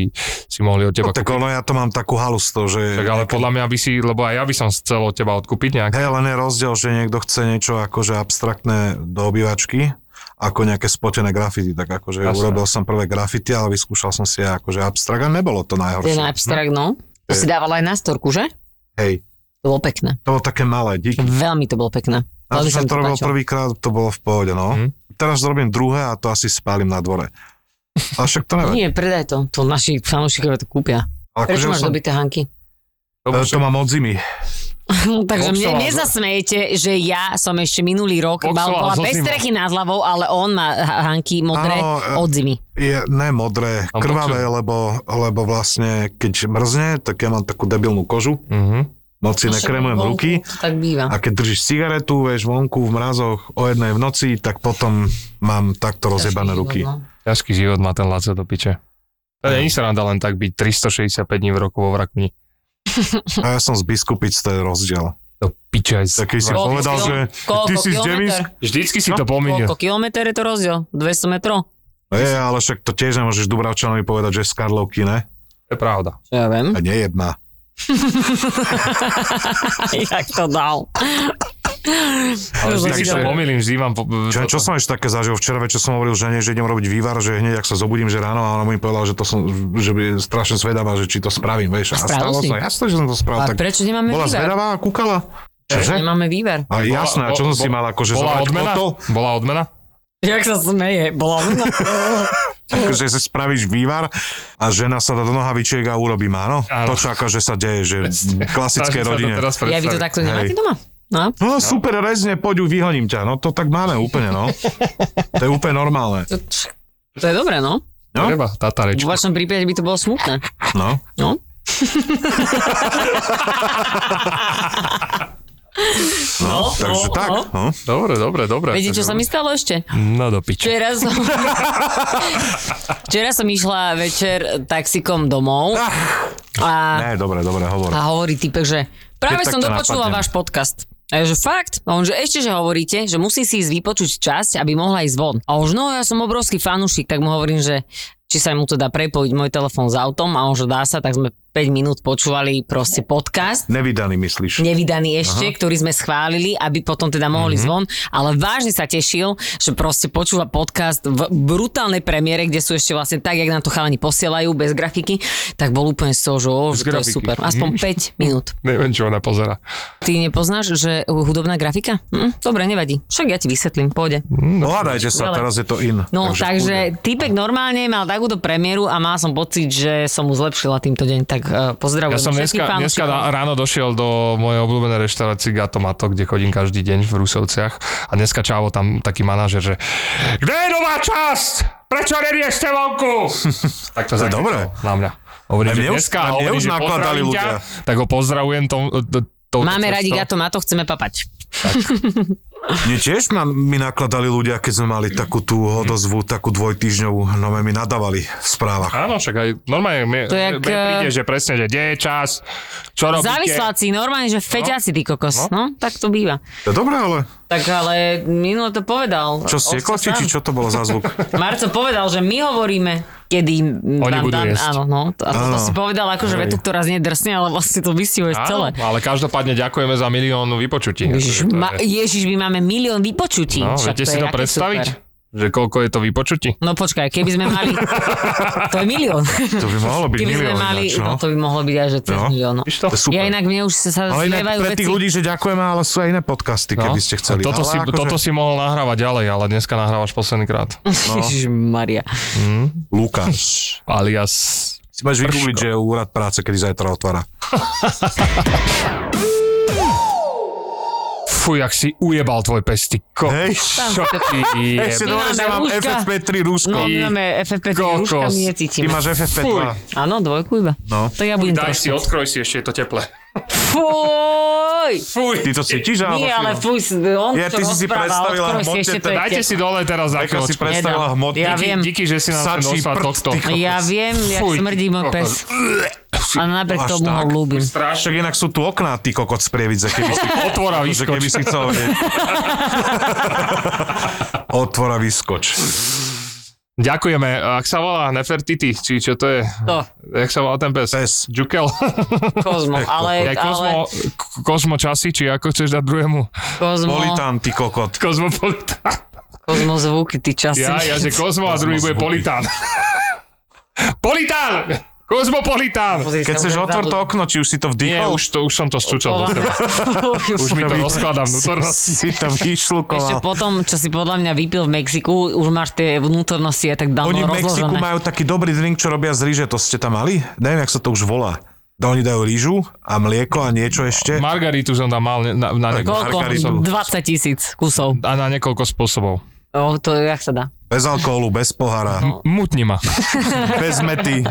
[SPEAKER 1] si mohli od
[SPEAKER 3] no
[SPEAKER 1] teba...
[SPEAKER 3] tak ono, ja to mám takú halus to, že...
[SPEAKER 1] Tak ale podľa mňa by si, lebo aj ja by som chcel od teba odkúpiť nejak.
[SPEAKER 3] Hej, len je rozdiel, že niekto chce niečo akože abstraktné do obývačky, ako nejaké spotené grafity, tak akože
[SPEAKER 1] Jasné.
[SPEAKER 3] urobil som prvé grafity, ale vyskúšal som si aj akože abstrakt a nebolo
[SPEAKER 2] To
[SPEAKER 3] to
[SPEAKER 2] je
[SPEAKER 3] najhoršie.
[SPEAKER 2] na abstrakt, no. To
[SPEAKER 3] Eh.
[SPEAKER 2] si dával aj na storku, že?
[SPEAKER 3] Hej,
[SPEAKER 2] To bolo pekné.
[SPEAKER 3] to bolo také malé, díky.
[SPEAKER 2] Veľmi to bolo pekné.
[SPEAKER 3] Na
[SPEAKER 2] Veľmi
[SPEAKER 3] to,
[SPEAKER 2] sa
[SPEAKER 3] som
[SPEAKER 2] mi
[SPEAKER 3] to robil
[SPEAKER 2] páčilo.
[SPEAKER 3] prvýkrát, to bolo v pohode, no.
[SPEAKER 1] Mhm.
[SPEAKER 3] Teraz robím druhé a to asi spálim na dvore. Ale však to neviem.
[SPEAKER 2] Nie, predaj to. To naši fanúšikovia to kúpia.
[SPEAKER 3] Ale
[SPEAKER 2] Prečo
[SPEAKER 3] akože už
[SPEAKER 2] máš
[SPEAKER 3] som,
[SPEAKER 2] dobité hanky?
[SPEAKER 3] e, to mám od zimy.
[SPEAKER 2] Takže
[SPEAKER 1] Boxoval
[SPEAKER 2] mne
[SPEAKER 1] zo-
[SPEAKER 2] nezasmejete, že ja som ešte minulý rok mal,
[SPEAKER 1] Boxoval
[SPEAKER 2] bola
[SPEAKER 1] zo
[SPEAKER 2] bez
[SPEAKER 1] zimou.
[SPEAKER 2] strechy nad hlavou, ale on má ha- hanky modré
[SPEAKER 3] Áno, e-
[SPEAKER 2] od zimy.
[SPEAKER 3] Je ne modré,
[SPEAKER 1] A
[SPEAKER 3] krvavé, lebo, lebo vlastne keď mrzne, tak ja mám takú debilnú kožu,
[SPEAKER 1] Mhm.
[SPEAKER 3] moc si nekremujem
[SPEAKER 2] Však
[SPEAKER 3] ruky.
[SPEAKER 2] vonku Tak býva.
[SPEAKER 3] A keď držíš cigaretu, vieš, vonku v mrazoch o jednej v noci, tak potom mám takto rozjebané ruky.
[SPEAKER 2] no.
[SPEAKER 1] Ťažký život má ten Laco do piče. To není sa nám dá len tak byť 365 dní v roku vo Vrakni.
[SPEAKER 3] A ja som z Biskupic, to je rozdiel.
[SPEAKER 1] To piče. aj z-
[SPEAKER 3] Tak keď si No.
[SPEAKER 2] Koľko
[SPEAKER 3] povedal,
[SPEAKER 2] kilo-
[SPEAKER 3] že
[SPEAKER 2] koľko
[SPEAKER 3] 1900...
[SPEAKER 1] Vždycky si to pomýlil.
[SPEAKER 2] Koľko kilometr je No, to rozdiel? 200 metrov?
[SPEAKER 3] No Je, ale však to tiež nemôžeš Dubravčanovi povedať, že je z Karlovky, ne?
[SPEAKER 1] To je pravda.
[SPEAKER 2] Čo ja viem.
[SPEAKER 3] A nie jedna.
[SPEAKER 2] Jak to dal.
[SPEAKER 1] Ale
[SPEAKER 2] Dobre,
[SPEAKER 1] vždycky
[SPEAKER 3] takže-
[SPEAKER 1] sa pomýlim, vždy vám... Po...
[SPEAKER 3] Čo, čo
[SPEAKER 1] toto.
[SPEAKER 3] som ešte také zažil včera večer, som hovoril žene, že idem robiť vývar, že hneď ak sa zobudím, že ráno a ona mi povedala, že to som, že by strašne zvedavá, že či to spravím, vieš. A
[SPEAKER 2] Spravil
[SPEAKER 3] stalo
[SPEAKER 2] si?
[SPEAKER 3] sa, jasné, že som to spravil.
[SPEAKER 2] A
[SPEAKER 3] tak
[SPEAKER 2] prečo nemáme
[SPEAKER 3] bola
[SPEAKER 2] výber?
[SPEAKER 3] zvedavá a kúkala. Čože?
[SPEAKER 2] Nemáme výber.
[SPEAKER 3] A jasné, a čo som
[SPEAKER 1] bo-
[SPEAKER 3] si mal, akože
[SPEAKER 1] bola
[SPEAKER 3] zobrať
[SPEAKER 1] odmena?
[SPEAKER 3] foto,
[SPEAKER 1] Bola odmena?
[SPEAKER 2] Jak sa smeje? Bola
[SPEAKER 3] že si spravíš vývar a žena sa dá do nohavičiek a urobí má, no?
[SPEAKER 1] Áno.
[SPEAKER 3] To, čo akože sa deje, že v
[SPEAKER 1] Snažím sa
[SPEAKER 3] klasickej
[SPEAKER 1] to
[SPEAKER 3] rodine.
[SPEAKER 1] Teraz
[SPEAKER 2] Ja vy to
[SPEAKER 1] predstaviť.
[SPEAKER 2] takto nemáte
[SPEAKER 3] Hej.
[SPEAKER 2] doma? No,
[SPEAKER 3] No super, rezne, poď, ju, vyhoním ťa. No to tak máme úplne, no. To je úplne normálne.
[SPEAKER 2] to, č- to je dobré, no.
[SPEAKER 3] No.
[SPEAKER 1] Treba,
[SPEAKER 2] V
[SPEAKER 1] tatarečku.
[SPEAKER 2] vašom prípade by to bolo smutné.
[SPEAKER 3] No.
[SPEAKER 2] No.
[SPEAKER 3] No, takže tak. No.
[SPEAKER 1] Dobre, dobre, dobre.
[SPEAKER 2] Viete, čo sa mi stalo ešte?
[SPEAKER 1] No do piče.
[SPEAKER 2] Včera som... Včera som išla večer taxikom domov a,
[SPEAKER 3] Ne, dobre, dobre, hovor.
[SPEAKER 2] a hovorí typek, že práve
[SPEAKER 3] Keď
[SPEAKER 2] som
[SPEAKER 3] takto
[SPEAKER 2] dopočula
[SPEAKER 3] napadnem.
[SPEAKER 2] váš podcast. A ja, že fakt? A on, že ešte, že hovoríte, že musí si ísť vypočuť časť, aby mohla ísť von. A už, no, ja som obrovský fanušik, tak mu hovorím, že či sa mu to dá prepojiť môj telefón s autom a on, že dá sa, tak sme 5 minút počúvali proste podcast
[SPEAKER 3] Nevydaný myslíš.
[SPEAKER 2] nevydaný ešte, Aha. ktorý sme schválili, aby potom teda
[SPEAKER 1] Mhm.
[SPEAKER 2] mohli mm-hmm. zvon, ale vážne sa tešil, že proste počúva podcast v brutálnej premiére, kde sú ešte vlastne tak, jak nám to chalani posielajú, bez grafiky, tak bol úplne z toho, že,
[SPEAKER 1] Bez
[SPEAKER 2] o, že to je
[SPEAKER 1] grafiky. Mhm.
[SPEAKER 2] super. Aspoň 5 minút.
[SPEAKER 1] Neviem, čo ona pozera.
[SPEAKER 2] Ty nepoznáš, že hudobná grafika? Hm, dobre, nevadí. Však ja ti vysvetlím, pôjde.
[SPEAKER 3] Hľadajte sa,
[SPEAKER 2] Dobre.
[SPEAKER 3] teraz je to in.
[SPEAKER 2] No, takže, takže typek normálne mal takúto premiéru a mal som pocit, že som mu zlepšila týmto deň, tak uh,
[SPEAKER 1] Ja
[SPEAKER 2] pozdravujem
[SPEAKER 1] som
[SPEAKER 2] všetkých
[SPEAKER 1] dneska, dneska
[SPEAKER 2] fanúšikov.
[SPEAKER 1] rá- ráno došiel do mojej obľúbenej reštaurácie Gatomato, kde chodím každý deň v Rusovciach a dneska Čávo tam taký manažer, že kde je nová časť? Prečo neriešte vonku? tak to zakričal
[SPEAKER 3] dobre.
[SPEAKER 1] Na mňa. Hovorím,
[SPEAKER 3] Aj
[SPEAKER 1] že
[SPEAKER 3] mne už-
[SPEAKER 1] dneska
[SPEAKER 3] aj mne
[SPEAKER 1] hovorím,
[SPEAKER 3] už
[SPEAKER 1] že
[SPEAKER 3] nakladali
[SPEAKER 1] pozdravím ťa,
[SPEAKER 3] ľudia.
[SPEAKER 1] tak ho pozdravujem tom, e, to, to,
[SPEAKER 2] Máme radi gato, na to chceme papať.
[SPEAKER 3] Mne tiež ma, mi nakladali ľudia, keď sme mali takú tú odozvu, takú dvojtýždňovú, no mi nadávali v správach.
[SPEAKER 1] Áno, však aj normálne mi,
[SPEAKER 2] To je jak,
[SPEAKER 1] mi
[SPEAKER 2] e,
[SPEAKER 1] príde, že presne, že kde je čas, čo robíte.
[SPEAKER 2] Závisláci, normálne, že feťáci, ty kokos. No, tak to býva.
[SPEAKER 3] To je dobré, ale
[SPEAKER 2] Tak ale minule to povedal.
[SPEAKER 3] čo ste
[SPEAKER 2] Otco
[SPEAKER 3] koči, či
[SPEAKER 2] sám.
[SPEAKER 3] čo to bolo za zvuk?
[SPEAKER 2] Marco povedal, že my hovoríme, kedy
[SPEAKER 1] Oni
[SPEAKER 2] vám
[SPEAKER 1] budú
[SPEAKER 2] dám,
[SPEAKER 1] jesť.
[SPEAKER 2] áno, no, to- a toto
[SPEAKER 3] Áno.
[SPEAKER 2] si povedal akože
[SPEAKER 3] Hej.
[SPEAKER 2] vetu, ktorá znie drsne, ale vlastne to vystihuješ celé.
[SPEAKER 1] Áno, ale každopádne ďakujeme za milión vypočutí. Akože
[SPEAKER 2] Ježiš,
[SPEAKER 1] to
[SPEAKER 2] ma,
[SPEAKER 1] je-
[SPEAKER 2] Ježiš, my máme milión vypočutí.
[SPEAKER 1] No,
[SPEAKER 2] však
[SPEAKER 1] viete
[SPEAKER 2] to
[SPEAKER 1] si
[SPEAKER 2] je
[SPEAKER 1] to
[SPEAKER 2] aké
[SPEAKER 1] predstaviť?
[SPEAKER 2] Super.
[SPEAKER 1] Že koľko je to vypočutí?
[SPEAKER 2] No počkaj, keby sme mali... to je milión.
[SPEAKER 3] To by mohlo byť
[SPEAKER 2] Keby sme
[SPEAKER 3] milión
[SPEAKER 2] mali...
[SPEAKER 3] ináč,
[SPEAKER 2] No
[SPEAKER 3] no.
[SPEAKER 2] to by mohlo byť aj, že cez
[SPEAKER 3] No.
[SPEAKER 2] milión. no.
[SPEAKER 1] Víš to?
[SPEAKER 3] To je super.
[SPEAKER 2] Ja inak mne už sa sa
[SPEAKER 3] ale inak
[SPEAKER 2] zlievajú
[SPEAKER 3] pre
[SPEAKER 2] veci.
[SPEAKER 3] tých ľudí, že ďakujeme, ale sú aj iné podcasty, keby ste chceli.
[SPEAKER 1] No. Toto,
[SPEAKER 3] ale
[SPEAKER 1] si, akože... toto si mohol nahrávať ďalej, ale dneska nahrávaš posledný krát.
[SPEAKER 2] Ježiš Maria.
[SPEAKER 3] Lukáš.
[SPEAKER 1] Alias...
[SPEAKER 3] Si máš vygoogliť, že je úrad práce, kedy zajtra otvára.
[SPEAKER 1] Fuj, jak si ujebal tvoj pes, ty ko...
[SPEAKER 3] Hej.
[SPEAKER 1] Čo ty
[SPEAKER 3] Ešte
[SPEAKER 1] jeb...
[SPEAKER 3] dobre, že mám
[SPEAKER 2] rúška.
[SPEAKER 3] FFP3 Rusko.
[SPEAKER 2] No, my máme FFP, rúška,
[SPEAKER 1] kokos.
[SPEAKER 2] my
[SPEAKER 3] Ty
[SPEAKER 2] necítime.
[SPEAKER 3] máš FFP2.
[SPEAKER 1] Fuj.
[SPEAKER 2] Áno, dvojku iba.
[SPEAKER 3] No.
[SPEAKER 2] Tak ja budem
[SPEAKER 1] Daj
[SPEAKER 2] trošku.
[SPEAKER 1] si, odkroj si, ešte je to teple.
[SPEAKER 2] Fuj!
[SPEAKER 1] Fuj.
[SPEAKER 3] Ty to cítiš, alebo
[SPEAKER 2] Nie,
[SPEAKER 3] si-
[SPEAKER 2] ale fuj, on
[SPEAKER 3] Ja,
[SPEAKER 2] čo
[SPEAKER 3] ty si si
[SPEAKER 2] rozprával,
[SPEAKER 3] predstavila
[SPEAKER 2] odkrojí si
[SPEAKER 3] hmotne
[SPEAKER 2] ešte to
[SPEAKER 3] ten-
[SPEAKER 2] je
[SPEAKER 1] Dajte
[SPEAKER 2] tep-
[SPEAKER 1] si dole teraz za
[SPEAKER 3] Eka si
[SPEAKER 1] chvíľočku.
[SPEAKER 3] predstavila
[SPEAKER 2] Nedám.
[SPEAKER 3] hmotný.
[SPEAKER 2] Ja
[SPEAKER 1] Díky,
[SPEAKER 2] viem.
[SPEAKER 1] díky, že si nám ten
[SPEAKER 3] Sačí
[SPEAKER 1] oslal
[SPEAKER 3] prd,
[SPEAKER 1] tohto.
[SPEAKER 3] ty
[SPEAKER 2] Ja viem, jak
[SPEAKER 1] Fuj,
[SPEAKER 2] smrdí môj
[SPEAKER 1] kokos.
[SPEAKER 2] pes. A napriek
[SPEAKER 3] Až
[SPEAKER 2] tomu ho
[SPEAKER 3] tak?
[SPEAKER 2] ľúbim.
[SPEAKER 3] Však
[SPEAKER 1] Strašne.
[SPEAKER 3] inak sú tu okná, ty kokot z Prievidze, keby si,
[SPEAKER 1] Otvora
[SPEAKER 3] že keby
[SPEAKER 1] vyskoč.
[SPEAKER 3] si chcel vedieť. Otvora vyskoč.
[SPEAKER 1] Ďakujeme. Ak sa volá Nefertiti, či čo to je?
[SPEAKER 2] To,
[SPEAKER 1] Jak sa volá ten pes?
[SPEAKER 3] Pes.
[SPEAKER 1] Džukel.
[SPEAKER 2] Kozmo, ale,
[SPEAKER 1] Ja,
[SPEAKER 2] ale,
[SPEAKER 1] Kozmo, K- Kozmo časy, či ako chceš dať druhému?
[SPEAKER 2] Kozmo,
[SPEAKER 3] Politán, ty kokot.
[SPEAKER 1] Kozmopolitán.
[SPEAKER 2] Kozmo zvuky, ty časy.
[SPEAKER 1] Ja, ja, že Kozmo a druhý bude Politán. Politán! Kozmopolitán!
[SPEAKER 2] Pozri,
[SPEAKER 3] Keď
[SPEAKER 2] sa
[SPEAKER 3] chceš
[SPEAKER 2] budem
[SPEAKER 3] otvor to
[SPEAKER 2] zabudnúť.
[SPEAKER 3] okno, či už si to
[SPEAKER 1] Nie,
[SPEAKER 3] vdýchol,
[SPEAKER 1] už, to, už som to stúčal do seba. Už mi to rozkladám vnútornosť.
[SPEAKER 3] si to
[SPEAKER 2] Ešte
[SPEAKER 3] vyšľukoval.
[SPEAKER 2] potom, čo si podľa mňa vypil v Mexiku, už máš tie vnútornosti aj tak dávno
[SPEAKER 3] Oni v Mexiku
[SPEAKER 2] rozložené.
[SPEAKER 3] majú taký dobrý drink, čo robia z ríže, to ste tam mali? Neviem, jak sa to už volá. No oni dajú rýžu a mlieko a niečo ešte.
[SPEAKER 1] Margaritu som tam mal ne- na, na niekoľko.
[SPEAKER 2] Koľko?
[SPEAKER 3] Margarín.
[SPEAKER 2] 20 tisíc kusov.
[SPEAKER 1] A na niekoľko spôsobov.
[SPEAKER 2] O, to jak sa dá.
[SPEAKER 3] Bez alkoholu, bez pohára,
[SPEAKER 2] No.
[SPEAKER 1] Mutni ma.
[SPEAKER 3] bez mety.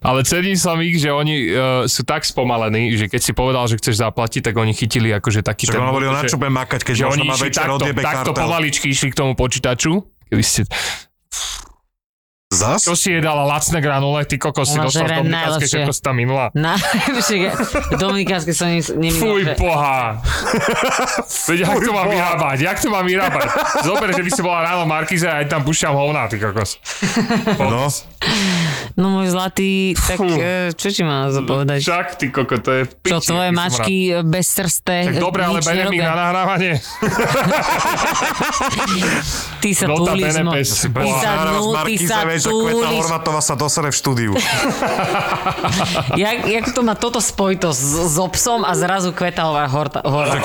[SPEAKER 1] Ale cením som ich, že oni uh, sú tak spomalení, že keď si povedal, že chceš zaplatiť, tak oni chytili akože taký
[SPEAKER 3] Čak on hovoril, na
[SPEAKER 1] že-
[SPEAKER 3] čo budem makať, keď
[SPEAKER 1] že
[SPEAKER 3] možno
[SPEAKER 1] oni
[SPEAKER 3] ma
[SPEAKER 1] išli
[SPEAKER 3] večer
[SPEAKER 1] takto,
[SPEAKER 3] odjebe
[SPEAKER 1] takto
[SPEAKER 3] kartel.
[SPEAKER 1] pomaličky išli k tomu počítaču. Keby ste,
[SPEAKER 3] Zas?
[SPEAKER 1] čo si jedala lacné granule, ty kokos si
[SPEAKER 2] Ona
[SPEAKER 1] dostal v
[SPEAKER 2] žere
[SPEAKER 1] Dominikánskej,
[SPEAKER 2] najlepšie.
[SPEAKER 1] čo si tam minula.
[SPEAKER 2] Na, však, v Dominikánskej som nic neminul.
[SPEAKER 1] Fuj,
[SPEAKER 2] že-
[SPEAKER 1] poha. Veď, jak to mám vyrábať? Jak to mám vyrábať? Zober, že by si bola ráno Markize a aj tam púšťam hovná, ty kokos.
[SPEAKER 3] No,
[SPEAKER 2] No môj zlatý, tak
[SPEAKER 1] Fú.
[SPEAKER 2] e, čo ti mám zapovedať?
[SPEAKER 1] Však, ty koko, to je v piči,
[SPEAKER 2] Čo
[SPEAKER 1] by som
[SPEAKER 2] tvoje
[SPEAKER 1] rád.
[SPEAKER 2] mačky e, bez srste
[SPEAKER 1] Tak dobre, ale
[SPEAKER 2] nič
[SPEAKER 1] Benefik
[SPEAKER 2] nerobia?
[SPEAKER 1] na nahrávanie.
[SPEAKER 2] Ty sa
[SPEAKER 1] Nota
[SPEAKER 2] túliš,
[SPEAKER 1] bene
[SPEAKER 2] mo-
[SPEAKER 1] pes.
[SPEAKER 2] Ty
[SPEAKER 1] Boha.
[SPEAKER 2] sa,
[SPEAKER 3] Nahrávaš
[SPEAKER 2] nú- ty
[SPEAKER 3] Markíze,
[SPEAKER 2] sa
[SPEAKER 3] vieš, že Kveta
[SPEAKER 2] túliš.
[SPEAKER 3] Horvatová sa dosere v štúdiu.
[SPEAKER 2] Jak, jak to má toto spojitosť s, s obsom a zrazu kveta hová horta. horta.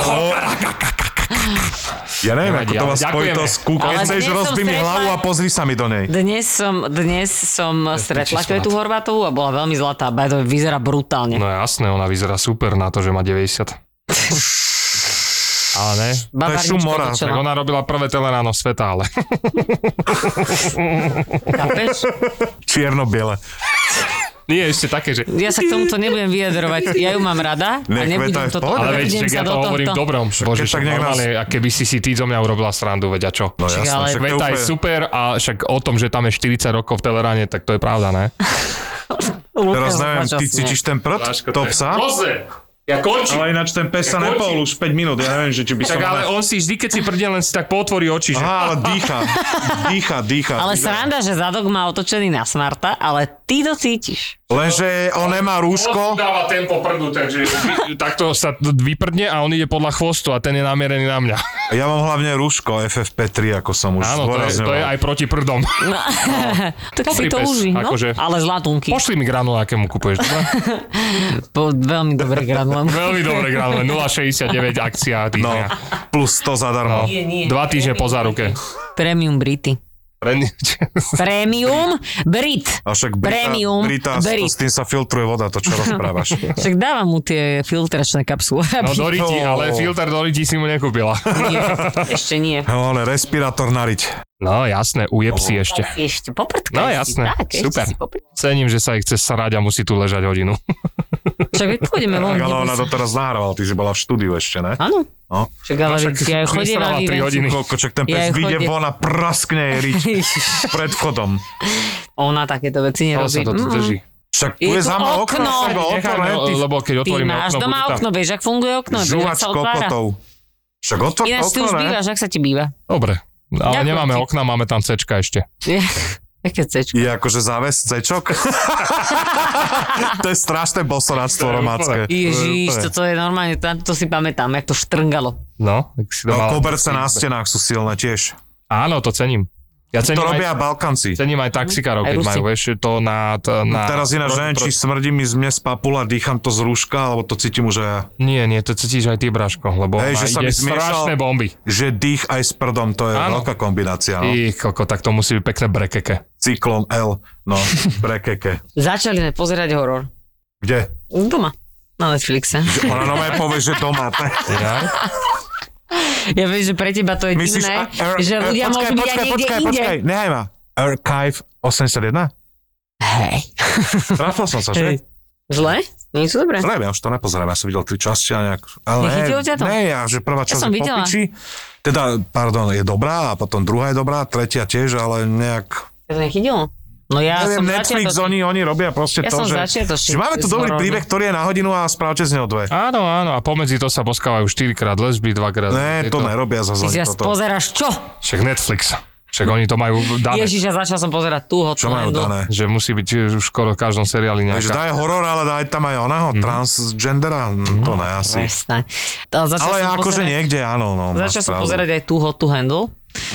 [SPEAKER 3] Ja neviem, ako to má
[SPEAKER 1] Nevadí, ale
[SPEAKER 3] spojitosť.
[SPEAKER 1] ďakujeme.
[SPEAKER 3] Ku,
[SPEAKER 2] Ale
[SPEAKER 3] keď chceš,
[SPEAKER 2] dnes som
[SPEAKER 3] rozbij mi
[SPEAKER 2] stretla-
[SPEAKER 3] hlavu a pozri sa mi do nej.
[SPEAKER 2] Dnes som, dnes som stretla
[SPEAKER 1] piči
[SPEAKER 2] Kvetu Horvatovú a bola veľmi zlatá. By the way, vyzerá brutálne.
[SPEAKER 1] No jasné, ona vyzerá super na to, že má 90. Ale ne.
[SPEAKER 3] To je šum mora,
[SPEAKER 1] Tak ona robila prvé teleráno sveta, ale
[SPEAKER 3] Čierno-biele.
[SPEAKER 1] nie ešte také, že...
[SPEAKER 2] Ja sa k tomuto nebudem vyjadrovať. Ja ju mám rada a
[SPEAKER 3] Ne, Kveta
[SPEAKER 2] nebudem
[SPEAKER 3] je v
[SPEAKER 2] to...
[SPEAKER 3] pohode.
[SPEAKER 1] Ale veď,
[SPEAKER 2] idem
[SPEAKER 1] že
[SPEAKER 2] sa
[SPEAKER 1] ja
[SPEAKER 2] do
[SPEAKER 1] to hovorím
[SPEAKER 2] tohto.
[SPEAKER 1] dobrom. Bože,
[SPEAKER 3] tak
[SPEAKER 1] však
[SPEAKER 3] nech nás-
[SPEAKER 1] normálne, a keby si si ty zo mňa urobila srandu, veď a čo?
[SPEAKER 3] No
[SPEAKER 2] Čiže
[SPEAKER 3] jasné,
[SPEAKER 2] ale-
[SPEAKER 3] však to je
[SPEAKER 1] Kveta je
[SPEAKER 3] úplne-
[SPEAKER 1] super a však o tom, že tam je 40 rokov v Teleráne, tak to je pravda, ne?
[SPEAKER 3] Teraz
[SPEAKER 2] Lukáš
[SPEAKER 3] neviem, ty
[SPEAKER 2] Bačas, nie.
[SPEAKER 3] cítiš ten prd? To psa?
[SPEAKER 1] Ja končím.
[SPEAKER 5] Ale ináč ten pes sa
[SPEAKER 1] Ja
[SPEAKER 5] nepohol už 5 minút, ja neviem, že či by som...
[SPEAKER 1] Tak ale on si vždy, keď si prdne, len si tak potvorí oči, že...
[SPEAKER 3] Aha, ale dýcha. Dýcha, dýcha.
[SPEAKER 2] Ale sranda, že zadok má otočený na smarta, ale ty to cítiš.
[SPEAKER 3] Lenže on nemá
[SPEAKER 1] On si
[SPEAKER 3] rúško.
[SPEAKER 1] dáva tempo prdu, takže vy- takto sa t- vyprdne a on ide podľa chvostu a ten je namierený na mňa.
[SPEAKER 3] Ja mám hlavne rúško FFP3, ako som už
[SPEAKER 1] Áno, to je, to je aj proti prdom.
[SPEAKER 2] Tak
[SPEAKER 1] Dobrý
[SPEAKER 2] si
[SPEAKER 1] pes,
[SPEAKER 2] to uží, no.
[SPEAKER 1] No. akože.
[SPEAKER 2] Ale zlatunky.
[SPEAKER 1] Pošli mi granule, aké mu kupuješ, dobre?
[SPEAKER 2] Po, veľmi dobré granulám.
[SPEAKER 1] Veľmi dobré granule, 0,69 akcia
[SPEAKER 3] No,
[SPEAKER 1] týždňa.
[SPEAKER 3] plus 100
[SPEAKER 1] No.
[SPEAKER 3] zadarmo.
[SPEAKER 2] Nie, nie.
[SPEAKER 1] Dva týždne po záruke.
[SPEAKER 2] Premium Brity.
[SPEAKER 1] Len-
[SPEAKER 2] Premium Brit.
[SPEAKER 3] A však Brita,
[SPEAKER 2] Premium
[SPEAKER 3] Brita
[SPEAKER 2] Brit.
[SPEAKER 3] s tým sa filtruje voda, to čo rozprávaš.
[SPEAKER 2] Však dávam mu tie filtračné kapsule.
[SPEAKER 1] No do ryti,
[SPEAKER 3] No.
[SPEAKER 1] ale filter do ryti si mu nekúpila.
[SPEAKER 2] nie, ešte nie.
[SPEAKER 3] No, ale respirátor nariť.
[SPEAKER 1] No jasné, ujeb si ešte.
[SPEAKER 2] Ešte poprtkaj
[SPEAKER 1] No
[SPEAKER 2] si,
[SPEAKER 1] jasné,
[SPEAKER 2] tak, ešte
[SPEAKER 1] super.
[SPEAKER 2] si poprtkaj.
[SPEAKER 1] Cením, že sa ich chce srať a musí tu ležať hodinu.
[SPEAKER 2] Však veď pôjdeme
[SPEAKER 1] No,
[SPEAKER 2] von.
[SPEAKER 3] Tak ale
[SPEAKER 2] neboj
[SPEAKER 3] ona
[SPEAKER 2] sa.
[SPEAKER 3] doteraz nahrávala, ty si bola v štúdiu ešte, ne?
[SPEAKER 2] Áno.
[SPEAKER 3] No.
[SPEAKER 2] Však ale veď ja ju chodím
[SPEAKER 1] vysrala tri hodiny.
[SPEAKER 3] Koľko, čak ten
[SPEAKER 2] Ja
[SPEAKER 3] pes
[SPEAKER 2] ju
[SPEAKER 3] vyjde
[SPEAKER 2] chodím.
[SPEAKER 3] von a praskne jej riť pred vchodom.
[SPEAKER 2] Ona takéto veci
[SPEAKER 1] Ale
[SPEAKER 2] nerobí.
[SPEAKER 1] sa to tu
[SPEAKER 2] Mm.
[SPEAKER 1] drží.
[SPEAKER 3] Však
[SPEAKER 2] Je
[SPEAKER 3] tu je
[SPEAKER 2] tu
[SPEAKER 3] za mnou okno,
[SPEAKER 2] okno.
[SPEAKER 3] za mnou okno,
[SPEAKER 1] Nechajme,
[SPEAKER 3] ne? Ty
[SPEAKER 1] lebo keď
[SPEAKER 2] Ty
[SPEAKER 1] otvoríme
[SPEAKER 2] máš
[SPEAKER 1] okno,
[SPEAKER 2] doma
[SPEAKER 1] budú tam...
[SPEAKER 2] okno, vieš, ak funguje
[SPEAKER 1] no,
[SPEAKER 2] okno, vieš, ak
[SPEAKER 3] žuvač
[SPEAKER 2] sa no, otvára.
[SPEAKER 3] kokotov. Však otvor
[SPEAKER 2] Ináč ty
[SPEAKER 3] okno,
[SPEAKER 2] už
[SPEAKER 3] ne?
[SPEAKER 2] bývaš, ak sa ti býva.
[SPEAKER 1] Dobre, ale
[SPEAKER 2] Ďakujem
[SPEAKER 1] nemáme
[SPEAKER 2] ti.
[SPEAKER 1] okna, máme tam cečka ešte.
[SPEAKER 2] Také cečko.
[SPEAKER 3] Je akože záves cečok? to je strašné bosoradstvo romácké.
[SPEAKER 2] Ježiš, toto je normálne, tam to si pamätám, jak to štrngalo.
[SPEAKER 1] No, tak si to
[SPEAKER 3] No,
[SPEAKER 1] mal-
[SPEAKER 3] koberce na stenách sú silné tiež.
[SPEAKER 1] Áno, to cením. Ja cením
[SPEAKER 3] To robia
[SPEAKER 1] aj,
[SPEAKER 3] Balkanci.
[SPEAKER 1] cením aj taxikárov,
[SPEAKER 2] Mhm. Aj
[SPEAKER 1] keď
[SPEAKER 2] Rusi.
[SPEAKER 1] majú, vieš, to na... To, na
[SPEAKER 3] No,
[SPEAKER 1] No,
[SPEAKER 3] Teraz ináč
[SPEAKER 1] pro-
[SPEAKER 3] neviem, či
[SPEAKER 1] pro-
[SPEAKER 3] smrdí mi z mne z papula, dýcham to z rúška, alebo to cítim už aj ja.
[SPEAKER 1] Nie, nie, to cítiš aj ty, Braško, lebo
[SPEAKER 3] Hej,
[SPEAKER 1] Hej,
[SPEAKER 3] že sa
[SPEAKER 1] ide
[SPEAKER 3] mi zmiešal-
[SPEAKER 1] strašné bomby.
[SPEAKER 3] Že dých aj s prdom, to je
[SPEAKER 1] Áno.
[SPEAKER 3] veľká kombinácia. No.
[SPEAKER 1] Ich, koko, tak to musí byť pekné brekeke.
[SPEAKER 3] Cyklon L, no, brekeke.
[SPEAKER 2] Začali sme pozerať horor.
[SPEAKER 3] Kde?
[SPEAKER 2] Doma. Na Netflixe.
[SPEAKER 3] Ona nové povie, že doma.
[SPEAKER 1] Ja?
[SPEAKER 2] Ja viem, že pre teba to je
[SPEAKER 3] Myslíš,
[SPEAKER 2] divné,
[SPEAKER 3] a- er-
[SPEAKER 2] že
[SPEAKER 3] er-
[SPEAKER 2] ľudia
[SPEAKER 3] počkaj,
[SPEAKER 2] môžu byť aj
[SPEAKER 3] počkaj,
[SPEAKER 2] niekde
[SPEAKER 3] počkaj,
[SPEAKER 2] inde.
[SPEAKER 3] počkaj, nehaj ma. Archive 81?
[SPEAKER 2] Hej.
[SPEAKER 3] Trafil som sa, že?
[SPEAKER 2] Zle? Nie sú dobré.
[SPEAKER 3] Neviem, ja už to nepozerám, ja som videl tri časti a nejak... Ale
[SPEAKER 2] Nechytilo ťa to?
[SPEAKER 3] Ne, ja, že prvá časť
[SPEAKER 2] som
[SPEAKER 3] je po
[SPEAKER 2] videla.
[SPEAKER 3] piči, teda, pardon, je dobrá a potom druhá je dobrá, tretia tiež, ale nejak...
[SPEAKER 2] To nechytilo. No ja som
[SPEAKER 3] neviem, Netflix,
[SPEAKER 2] začiatočník.
[SPEAKER 3] oni, oni robia proste
[SPEAKER 2] Ja
[SPEAKER 3] to,
[SPEAKER 2] som
[SPEAKER 3] že...
[SPEAKER 2] začiatočník
[SPEAKER 3] že máme tu
[SPEAKER 2] s
[SPEAKER 3] dobrý
[SPEAKER 2] horormi.
[SPEAKER 3] príbeh, ktorý je na hodinu a správte z neho dve.
[SPEAKER 1] Áno, áno, a pomedzi to sa boskávajú 4 krát lesby, 2 krát...
[SPEAKER 3] Ne, to nerobia za
[SPEAKER 2] Ty si
[SPEAKER 3] zlý
[SPEAKER 2] zase
[SPEAKER 3] toto.
[SPEAKER 2] pozeráš čo?
[SPEAKER 1] Však Netflix. Však oni to majú dané.
[SPEAKER 2] Ježiš, ja začal som pozerať tú No, hotnú.
[SPEAKER 3] Čo majú
[SPEAKER 2] Handlu.
[SPEAKER 3] dané?
[SPEAKER 1] Že musí byť eh, už skoro v každom seriáli
[SPEAKER 3] Takže
[SPEAKER 1] nejaká...
[SPEAKER 3] daj horor, ale daj tam aj oného,
[SPEAKER 2] Mhm.
[SPEAKER 3] transgendera, Mm, to ne asi.
[SPEAKER 2] Prestaň. Ale začal
[SPEAKER 3] Ale
[SPEAKER 2] Mhm. som
[SPEAKER 3] akože
[SPEAKER 2] pozerať-
[SPEAKER 3] niekde, áno. No, máš
[SPEAKER 2] Začal som
[SPEAKER 3] pravdu.
[SPEAKER 2] pozerať aj tú hotu handle.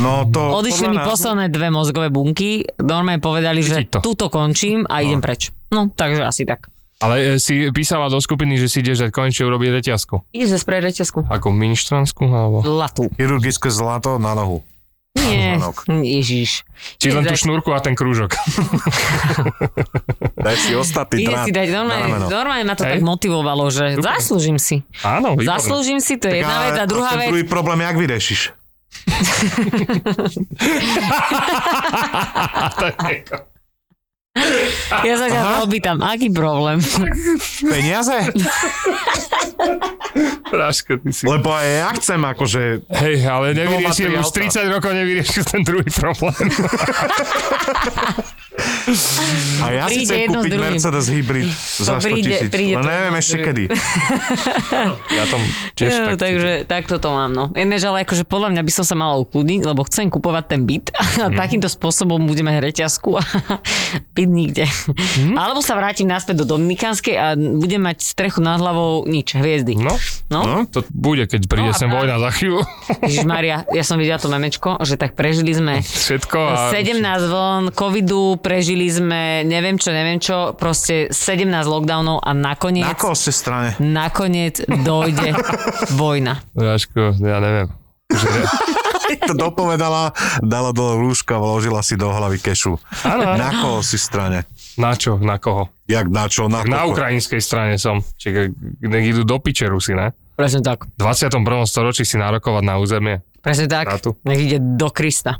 [SPEAKER 3] No to...
[SPEAKER 2] Odišli
[SPEAKER 3] podľa
[SPEAKER 2] mi
[SPEAKER 3] nás-
[SPEAKER 2] posledné dve mozgové bunky. Normálne povedali, že
[SPEAKER 1] Chytiť to.
[SPEAKER 2] túto končím a idem preč. No, takže asi tak.
[SPEAKER 1] Ale eh, si písala do skupiny, že si ideš dať konečne urobiť reťazku.
[SPEAKER 2] Ideš ze sprej reťazku.
[SPEAKER 1] Ako minštranskú, alebo...
[SPEAKER 2] Zlatú.
[SPEAKER 3] Chirurgické zlato na nohu.
[SPEAKER 2] Nie,
[SPEAKER 3] článok.
[SPEAKER 2] ježiš.
[SPEAKER 1] Či len tú šnúrku a ten krúžok.
[SPEAKER 3] Daj si ostatný
[SPEAKER 2] Ide
[SPEAKER 3] drát no.
[SPEAKER 2] si dať, normálne,
[SPEAKER 3] na rameno.
[SPEAKER 2] normálne ma to
[SPEAKER 1] Hej.
[SPEAKER 2] tak motivovalo, že
[SPEAKER 1] Super.
[SPEAKER 2] zaslúžim si.
[SPEAKER 1] Áno, výborné.
[SPEAKER 2] Zaslúžim si, to je jedna
[SPEAKER 3] Ale
[SPEAKER 2] vec. A druhá
[SPEAKER 3] ten
[SPEAKER 2] vec,
[SPEAKER 3] druhý problém, jak vyriešiš?
[SPEAKER 2] ja sa ťa opýtam, aký problém?
[SPEAKER 3] Peniaze?
[SPEAKER 1] Práška, ty si...
[SPEAKER 3] Lebo aj ja chcem akože...
[SPEAKER 1] Hej, ale nevyriešil,
[SPEAKER 3] Doma tri
[SPEAKER 1] už
[SPEAKER 3] auta.
[SPEAKER 1] 30 rokov nevyriešil ten druhý problém.
[SPEAKER 3] A ja
[SPEAKER 2] Príde
[SPEAKER 3] si chcem
[SPEAKER 2] jedno s
[SPEAKER 3] kúpiť
[SPEAKER 2] druhým.
[SPEAKER 3] Mercedes hybrid za 100
[SPEAKER 2] príde-
[SPEAKER 3] tisíc.
[SPEAKER 2] príde
[SPEAKER 3] No
[SPEAKER 2] to
[SPEAKER 3] neviem
[SPEAKER 2] jedno s
[SPEAKER 3] ešte
[SPEAKER 2] druhým.
[SPEAKER 3] kedy.
[SPEAKER 1] Ja tam tiež
[SPEAKER 2] Jo,
[SPEAKER 1] tak...
[SPEAKER 2] takže takto to mám, no. Jedné, že ale akože podľa mňa by som sa mala ukludniť, lebo chcem kupovať ten byt a
[SPEAKER 1] Mhm.
[SPEAKER 2] takýmto spôsobom budeme hrať reťazku a byt nikde.
[SPEAKER 1] Mhm.
[SPEAKER 2] Alebo sa vrátim naspäť do Dominikánskej a budem mať strechu nad hlavou nič, hviezdy.
[SPEAKER 1] No,
[SPEAKER 2] No.
[SPEAKER 1] no, to bude, keď príde
[SPEAKER 2] No a
[SPEAKER 1] sem
[SPEAKER 2] práve-
[SPEAKER 1] vojna za chvíľu.
[SPEAKER 2] Ježišmaria, ja som videla to memečko, že tak prežili sme
[SPEAKER 1] Všetko a...
[SPEAKER 2] 17 vln covidu, prežili sme neviem čo, neviem čo, proste 17 lockdownov a nakoniec,
[SPEAKER 3] Na koho ste strane?
[SPEAKER 2] nakoniec dojde vojna.
[SPEAKER 1] Prášku, ja neviem. Že...
[SPEAKER 3] To dopovedala, dala dole rúška, vložila si do hlavy kešu.
[SPEAKER 1] Áno, áno.
[SPEAKER 3] Na koho si strane?
[SPEAKER 1] Na čo? Na koho?
[SPEAKER 3] Jak na čo? Na,
[SPEAKER 1] Na
[SPEAKER 3] koľko?
[SPEAKER 1] ukrajinskej strane som. Čiže nech idú do piče Rusy, ne?
[SPEAKER 2] Presne tak.
[SPEAKER 1] V 21. storočí si narokovať na územie.
[SPEAKER 2] Presne tak.
[SPEAKER 1] Štátu.
[SPEAKER 2] Nech ide do Krista.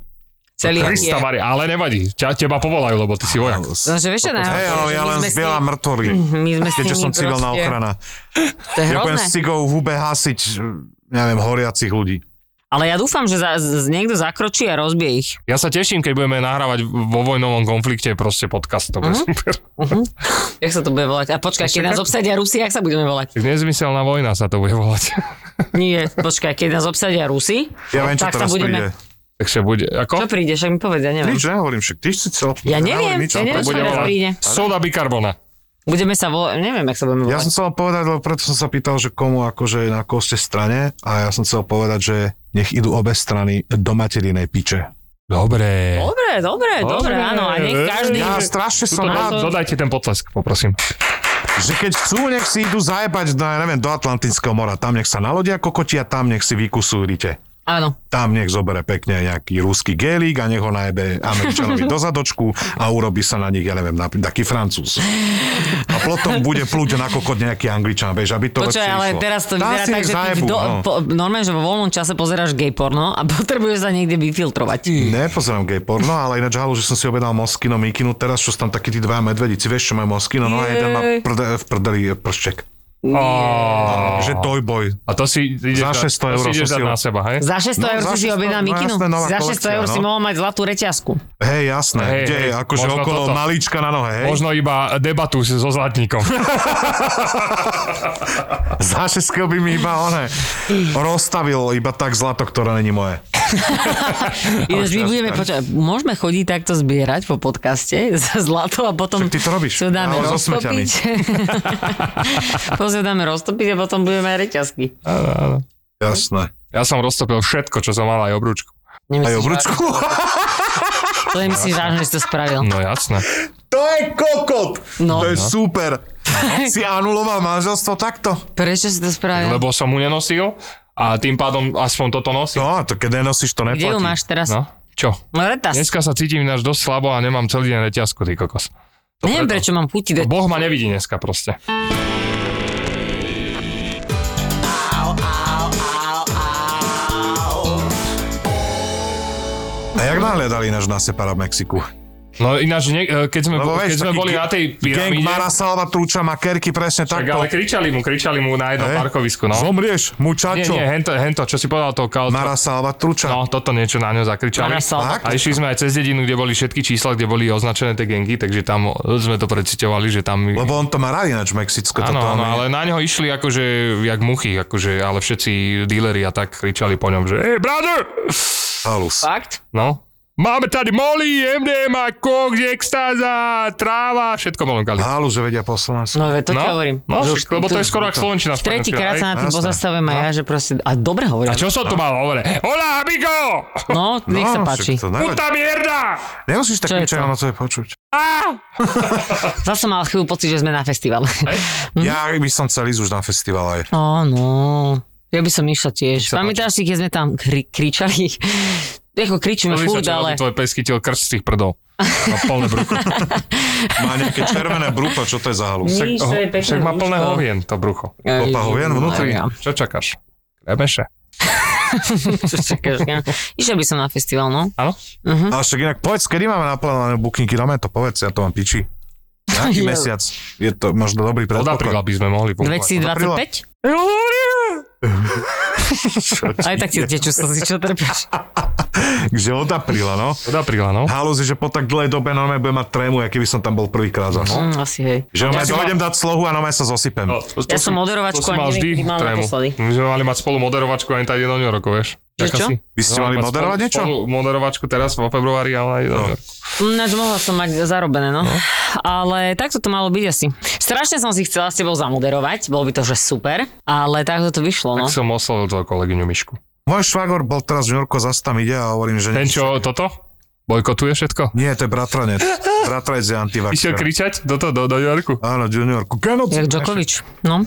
[SPEAKER 2] Celý
[SPEAKER 1] Krista
[SPEAKER 2] je.
[SPEAKER 1] Maria, ale nevadí. Ťa, teba povolajú, lebo ty si vojak.
[SPEAKER 2] Lenže vieš, čo je
[SPEAKER 3] Hej,
[SPEAKER 2] najhoršie,
[SPEAKER 3] ale
[SPEAKER 2] No, že
[SPEAKER 3] ja
[SPEAKER 2] my
[SPEAKER 3] len
[SPEAKER 2] sme s
[SPEAKER 3] zbielam
[SPEAKER 2] nimi-
[SPEAKER 3] mŕtvoly.
[SPEAKER 2] My sme s
[SPEAKER 3] Viete, čo
[SPEAKER 2] nimi
[SPEAKER 3] som civilná
[SPEAKER 2] proste-
[SPEAKER 3] ochrana.
[SPEAKER 2] To je
[SPEAKER 3] Ja budem
[SPEAKER 2] hrozné.
[SPEAKER 3] s cigou v hube hasiť, neviem, horiacich ľudí.
[SPEAKER 2] Ale ja dúfam, že za, z, niekto zakročí a rozbije ich.
[SPEAKER 1] Ja sa teším, keď budeme nahrávať vo vojnovom konflikte proste podcast. To bude super.
[SPEAKER 2] Jak sa to bude volať? A počkaj, keď nás obsadia Rusi, jak sa budeme volať?
[SPEAKER 1] Nezmyselná vojna sa to bude volať.
[SPEAKER 2] Nie, počkaj, keď nás obsadia Rusi,
[SPEAKER 3] Ja viem, čo
[SPEAKER 2] tak sa
[SPEAKER 3] teraz príde.
[SPEAKER 2] budeme...
[SPEAKER 1] Takže bude,
[SPEAKER 2] Čo
[SPEAKER 1] ako?
[SPEAKER 2] príde, však mi povedz, ja neviem.
[SPEAKER 3] Nič nehovorím, však ty si cel...
[SPEAKER 2] Ja neviem,
[SPEAKER 3] nič,
[SPEAKER 2] ja
[SPEAKER 3] ale
[SPEAKER 2] neviem, čo
[SPEAKER 3] to bude
[SPEAKER 2] teraz
[SPEAKER 3] volať.
[SPEAKER 2] príde.
[SPEAKER 1] Soda bikarbona.
[SPEAKER 2] Budeme sa volať, neviem, jak sa budeme
[SPEAKER 3] Ja
[SPEAKER 2] volať.
[SPEAKER 3] som chcel povedať, lebo preto som sa pýtal, že komu akože na koho ste strane a ja som chcel povedať, že nech idú obe strany do materinej piče.
[SPEAKER 1] Dobre.
[SPEAKER 2] Dobre, dobre,
[SPEAKER 1] Dobre.
[SPEAKER 2] dobre, áno, a nech každý...
[SPEAKER 3] Ja strašne som
[SPEAKER 2] Tuto-
[SPEAKER 3] rád,
[SPEAKER 2] to-
[SPEAKER 1] Dodajte ten potlesk, poprosím.
[SPEAKER 3] že keď chcú, nech si idú zajebať, no, ja neviem, do Atlantického mora. Tam nech sa nalodia kokotia, tam nech si vykusujú rite.
[SPEAKER 2] Áno,
[SPEAKER 3] Tam nech zobere pekne nejaký ruský gelík a nech ho najebe Američanovi do zadočku a urobí sa na nich, ja neviem, na, taký Francúz. A potom bude plúť na kokot nejaký Angličan, vieš, aby
[SPEAKER 2] počkaj,
[SPEAKER 3] to lepšie
[SPEAKER 2] ale
[SPEAKER 3] išlo.
[SPEAKER 2] teraz to
[SPEAKER 3] Tam
[SPEAKER 2] vyzerá
[SPEAKER 3] si
[SPEAKER 2] tak,
[SPEAKER 3] ich
[SPEAKER 2] že ty v
[SPEAKER 3] zajebú,
[SPEAKER 2] do,
[SPEAKER 3] no.
[SPEAKER 2] po, normálne, že vo voľnom čase pozeráš gay porno a potrebuješ sa niekde vyfiltrovať.
[SPEAKER 3] Nepozerám gay porno, ale ináč halu, že som si objednal Moskino Mikinu teraz, čo sú tam takí tí dva medvedici, vieš, čo majú Moskino, no a jeden má
[SPEAKER 2] Jej.
[SPEAKER 3] prde, v prdeli pršček.
[SPEAKER 1] Oh.
[SPEAKER 3] Že dojboj.
[SPEAKER 1] A to si ideš,
[SPEAKER 3] Za
[SPEAKER 1] dať-
[SPEAKER 3] 600
[SPEAKER 1] to
[SPEAKER 3] eur
[SPEAKER 1] si ideš
[SPEAKER 3] som
[SPEAKER 1] dať
[SPEAKER 3] si ho-
[SPEAKER 1] na seba, hej?
[SPEAKER 2] Za 600
[SPEAKER 3] No,
[SPEAKER 2] eur
[SPEAKER 3] za
[SPEAKER 2] si si
[SPEAKER 3] 600
[SPEAKER 2] objednal
[SPEAKER 3] no,
[SPEAKER 2] mikinu.
[SPEAKER 3] jasné, nová
[SPEAKER 2] za 600
[SPEAKER 3] kolekcia,
[SPEAKER 2] eur si
[SPEAKER 3] no.
[SPEAKER 2] mohol mať zlatú reťazku.
[SPEAKER 3] Hej, jasné,
[SPEAKER 1] Hej,
[SPEAKER 3] kde
[SPEAKER 1] hej,
[SPEAKER 3] je, akože
[SPEAKER 1] možno
[SPEAKER 3] okolo
[SPEAKER 1] toto.
[SPEAKER 3] malíčka na nohe, hej.
[SPEAKER 1] Možno iba debatu s- so zlatníkom.
[SPEAKER 3] Za šeského by mi iba one rozstavil iba tak zlato, ktoré není moje.
[SPEAKER 2] Ináč my budeme
[SPEAKER 3] no.
[SPEAKER 2] počať, môžeme chodiť takto zbierať po podcaste za zlato a potom
[SPEAKER 3] Však ty to robíš.
[SPEAKER 2] si ho dáme
[SPEAKER 3] Ale so
[SPEAKER 2] roztopiť. potom si ho dáme roztopiť a potom budeme aj reťazky.
[SPEAKER 1] Áno, áno.
[SPEAKER 3] Jasné.
[SPEAKER 1] ja som roztopil všetko, čo som mal aj obručku.
[SPEAKER 3] Aj
[SPEAKER 2] Nemyslíš,
[SPEAKER 3] obručku?
[SPEAKER 2] vážne- To nemyslíš vážne, že si to spravil.
[SPEAKER 1] No jasné.
[SPEAKER 3] To je kokot!
[SPEAKER 2] No.
[SPEAKER 3] To je super. Si anuloval manželstvo takto?
[SPEAKER 2] Prečo si to spravil?
[SPEAKER 1] Lebo som mu nenosil a tým pádom aspoň toto nosím.
[SPEAKER 3] No, to keď nenosíš, to neplatí.
[SPEAKER 2] Kde ju máš teraz?
[SPEAKER 1] No, čo?
[SPEAKER 2] No retas.
[SPEAKER 1] Dneska sa cítim ináč dosť slabo a nemám celý deň reťazku, ty kokos. To
[SPEAKER 2] Neviem,
[SPEAKER 1] preto.
[SPEAKER 2] prečo mám chuti dať.
[SPEAKER 1] Boh ma nevidí dneska proste.
[SPEAKER 3] A jak nahliadali náš na separa v Mexiku?
[SPEAKER 1] No ináč, nie, e, keď sme, bo,
[SPEAKER 3] Lebo
[SPEAKER 1] keď
[SPEAKER 3] vieš,
[SPEAKER 1] sme
[SPEAKER 3] taký
[SPEAKER 1] boli
[SPEAKER 3] ge-
[SPEAKER 1] na tej
[SPEAKER 3] Gang
[SPEAKER 1] pyramíde,
[SPEAKER 3] Mara Salvatrucha má kerky presne
[SPEAKER 1] tak,
[SPEAKER 3] takto.
[SPEAKER 1] ale kričali mu, kričali mu na jednom
[SPEAKER 3] Hej.
[SPEAKER 1] parkovisku, no. Nie,
[SPEAKER 3] Zomrieš, mučačo.
[SPEAKER 1] nie, hento, hento, čo si povedal toho kalto.
[SPEAKER 3] Mara Salvatrucha.
[SPEAKER 1] No, toto niečo na ňo zakričali.
[SPEAKER 2] Mara
[SPEAKER 1] A
[SPEAKER 2] Salvatrucha.
[SPEAKER 1] išli sme aj cez dedinu, kde boli všetky čísla, kde boli označené tie gengy, takže tam sme to precitovali, že tam...
[SPEAKER 3] Lebo on to má rád ináč Mexicko.
[SPEAKER 1] Áno,
[SPEAKER 3] toto,
[SPEAKER 1] áno,
[SPEAKER 3] on je-
[SPEAKER 1] ale na ňo išli akože, jak muchy, akože, ale všetci díleri a tak kričali po ňom, že Hey, brother!
[SPEAKER 3] Halus.
[SPEAKER 2] Fakt?
[SPEAKER 1] No. Máme tady molly, MDMA, koks, extáza, tráva, všetko molonkali.
[SPEAKER 3] No, Halus, že vedia po slovensku.
[SPEAKER 2] No, veď to ti hovorím.
[SPEAKER 1] no
[SPEAKER 2] Že
[SPEAKER 1] však, lebo to je skoro ako Slovenčina. spojená,
[SPEAKER 2] Tretíkrát
[SPEAKER 1] aj?
[SPEAKER 2] sa na tým
[SPEAKER 3] Jasné. No.
[SPEAKER 2] pozastavujem a ja, že proste... A dobre
[SPEAKER 1] A
[SPEAKER 2] hovorím.
[SPEAKER 1] čo som to mal hovoriť? Hola, amigo!
[SPEAKER 2] No, nech sa
[SPEAKER 3] No,
[SPEAKER 2] páči.
[SPEAKER 3] však to nevadí.
[SPEAKER 1] Puta mierda!
[SPEAKER 3] Nemusíš tak
[SPEAKER 2] Čo je
[SPEAKER 3] niečo,
[SPEAKER 2] to?
[SPEAKER 3] ono to je počuť.
[SPEAKER 2] Zase mal chvíľu pocit, že sme na festivale. Mhm.
[SPEAKER 3] Ja by som chcel ísť už na festival aj.
[SPEAKER 2] Áno. Ja by som išla tiež.
[SPEAKER 3] sa
[SPEAKER 2] Pamätáš si, keď sme tam kri- kričali Ako kričíme
[SPEAKER 1] Už
[SPEAKER 2] No, furt,
[SPEAKER 1] sa akože čo,
[SPEAKER 2] ale...
[SPEAKER 1] tvoj pes chytil krst z tých prdov. Na plné brucho.
[SPEAKER 3] Má nejaké červené brucho, čo to je za halus?
[SPEAKER 2] Nič, to No. je pekné
[SPEAKER 1] Však má plné
[SPEAKER 2] brúško.
[SPEAKER 1] hovien to brucho.
[SPEAKER 2] Ej,
[SPEAKER 3] Kopa hovien vnútri?
[SPEAKER 2] Maria.
[SPEAKER 1] Čo čakáš? Remeše.
[SPEAKER 2] Čo čakáš, ja? Išla by som na festival,
[SPEAKER 1] Hm,
[SPEAKER 2] no.
[SPEAKER 1] Mhm.
[SPEAKER 3] Ale však inak povedz, kedy máme naplánované booking kilometr, povedz, ja to mám piči. Na Aký
[SPEAKER 2] Jo.
[SPEAKER 3] mesiac? Je to možno dobrý
[SPEAKER 1] Od apríla
[SPEAKER 3] predpoklad.
[SPEAKER 1] by sme mohli fungovať.
[SPEAKER 2] 2025? Aj tak si teču slzy, čo trpíš.
[SPEAKER 3] Kde od apríla, no?
[SPEAKER 1] Od apríla, no.
[SPEAKER 3] Halus je, že po tak dlhej dobe normálne budem mať trému, aký by som tam bol prvýkrát za
[SPEAKER 1] Mhm.
[SPEAKER 3] no.
[SPEAKER 2] Mm, asi hej.
[SPEAKER 3] Že normálne dojdem dať slohu a normálne sa zosypem.
[SPEAKER 1] No, to- to
[SPEAKER 2] Ja
[SPEAKER 1] si-
[SPEAKER 2] som moderovačku
[SPEAKER 1] to si
[SPEAKER 2] a
[SPEAKER 1] mal
[SPEAKER 2] neviem,
[SPEAKER 1] vždy
[SPEAKER 2] kedy mal
[SPEAKER 1] trému.
[SPEAKER 2] naposledy.
[SPEAKER 1] My sme mali mať spolu moderovačku ani tak jedno rokov, vieš.
[SPEAKER 2] Že
[SPEAKER 1] Čaká
[SPEAKER 2] čo?
[SPEAKER 1] si.
[SPEAKER 3] Vy ste
[SPEAKER 1] No,
[SPEAKER 3] mali
[SPEAKER 1] mať
[SPEAKER 3] moderovať
[SPEAKER 1] spolu-
[SPEAKER 3] niečo?
[SPEAKER 1] spolu Moderovačku teraz vo februári, ale aj no.
[SPEAKER 2] Ináč Hm, mohla som mať zarobené, no. Ale takto to malo byť asi. Strašne som si chcela s tebou zamoderovať, bolo by to, že super, ale takto to vyšlo, no.
[SPEAKER 1] Tak som oslovil tvoju kolegyňu Mišku.
[SPEAKER 3] Môj švagor bol teraz v New Yorku, zase tam ide a hovorím, že...
[SPEAKER 1] Ten čo, toto? Bojkotuje všetko?
[SPEAKER 3] Nie, to je bratranec. Bratranec je
[SPEAKER 1] Išiel
[SPEAKER 3] antivaxer.
[SPEAKER 1] kričať do, to, do, do New Yorku?
[SPEAKER 3] Áno, do New Yorku. Keno,
[SPEAKER 2] Jak Djokovic, no.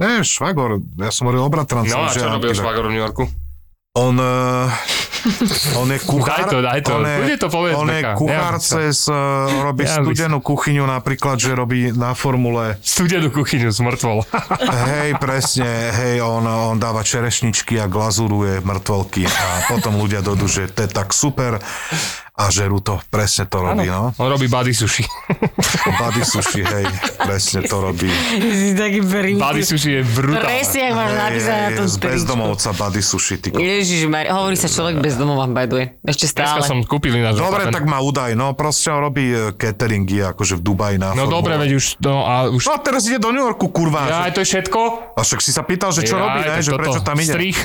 [SPEAKER 3] Ne, švagor, ja som hovoril o bratrancovi.
[SPEAKER 1] No a čo
[SPEAKER 3] že je
[SPEAKER 1] robil
[SPEAKER 3] antivak.
[SPEAKER 1] švagor v New Yorku?
[SPEAKER 3] On, eh, on je kuchár.
[SPEAKER 1] Daj to, daj to.
[SPEAKER 3] On je,
[SPEAKER 1] Bude to povedz,
[SPEAKER 3] on je
[SPEAKER 1] Beka.
[SPEAKER 3] kuchár
[SPEAKER 1] Nejaví sa.
[SPEAKER 3] cez, eh, robí
[SPEAKER 1] Nejaví sa.
[SPEAKER 3] studenú kuchyňu napríklad, že robí na formule.
[SPEAKER 1] Studenú kuchyňu z mŕtvol.
[SPEAKER 3] Hej, presne, hej, on, on dáva čerešničky a glazuruje mŕtvolky a potom ľudia dodú, že to je tak super a žerú to, presne to robí, no.
[SPEAKER 1] On robí body sushi.
[SPEAKER 3] Body sushi, hej, presne to robí.
[SPEAKER 2] Si taký
[SPEAKER 1] Body sushi je
[SPEAKER 3] Hm,
[SPEAKER 1] brutálne.
[SPEAKER 2] Presne, jak máš napísané na
[SPEAKER 3] Hej,
[SPEAKER 2] tom
[SPEAKER 3] z bezdomovca body sushi, ty ko-
[SPEAKER 2] Ježišmar, hovorí sa človek bez domova, by the way.
[SPEAKER 1] Dneska
[SPEAKER 2] Ešte stále.
[SPEAKER 1] som kúpil ináč.
[SPEAKER 3] Dobre,
[SPEAKER 1] opaten-
[SPEAKER 3] tak má údaj, no proste on robí eh, cateringy akože v Dubaji na
[SPEAKER 1] No
[SPEAKER 3] formule.
[SPEAKER 1] dobre, veď už, no a už...
[SPEAKER 3] No teraz ide do New Yorku, kurva. že-
[SPEAKER 1] Ja, aj to je všetko?
[SPEAKER 3] A však si sa pýtal, že čo
[SPEAKER 1] Jaj,
[SPEAKER 3] robí, ne?
[SPEAKER 1] tak
[SPEAKER 3] že
[SPEAKER 1] toto.
[SPEAKER 3] prečo tam ide.
[SPEAKER 1] Strich.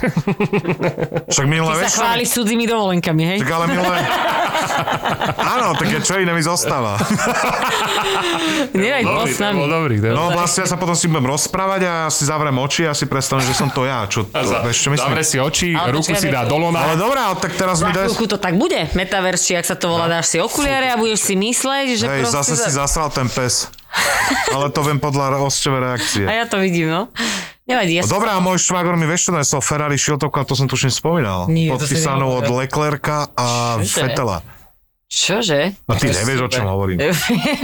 [SPEAKER 3] Však minulé
[SPEAKER 2] sa
[SPEAKER 3] večer.
[SPEAKER 2] chváli s cudzými dovolenkami, hej?
[SPEAKER 3] Tak ale minulé... Áno, tak je čo iné mi zostáva.
[SPEAKER 2] Nedaj bol
[SPEAKER 1] Dobrý,
[SPEAKER 2] s
[SPEAKER 1] to bol
[SPEAKER 2] nami.
[SPEAKER 1] dobrý. to-
[SPEAKER 3] No vlastne ja sa potom si budem rozprávať a ja si zavrem oči a si predstavím, že som to ja. Čo,
[SPEAKER 1] A za-
[SPEAKER 3] vieš, čo myslím?
[SPEAKER 1] Zavre si oči,
[SPEAKER 2] Ale
[SPEAKER 1] ruku
[SPEAKER 2] počkaj,
[SPEAKER 1] si dá
[SPEAKER 2] veď-
[SPEAKER 1] do
[SPEAKER 3] Ale
[SPEAKER 1] lona.
[SPEAKER 3] dobré, ale tak teraz
[SPEAKER 2] Za
[SPEAKER 3] mi daj...
[SPEAKER 2] chvíľku to tak bude. Metaverse, či ak sa to volá, dáš si okuliare a budeš si mysleť, že
[SPEAKER 3] No. Hej,
[SPEAKER 2] proste...
[SPEAKER 3] zase si zasral ten pes. Ale to viem podľa osčovej reakcie.
[SPEAKER 2] A ja to vidím, no. Nevadí, ja
[SPEAKER 3] No
[SPEAKER 2] som...
[SPEAKER 3] Dobre, a môj švagor mi vieš čo nesol Ferrari šiltovku, a to som tuším spomínal.
[SPEAKER 2] Nie, to si
[SPEAKER 3] Podpísanú od
[SPEAKER 2] nehovoril.
[SPEAKER 3] Leclerca a
[SPEAKER 2] Čože?
[SPEAKER 3] Fettela.
[SPEAKER 2] Čože?
[SPEAKER 3] A ty nevieš, o čom hovorím.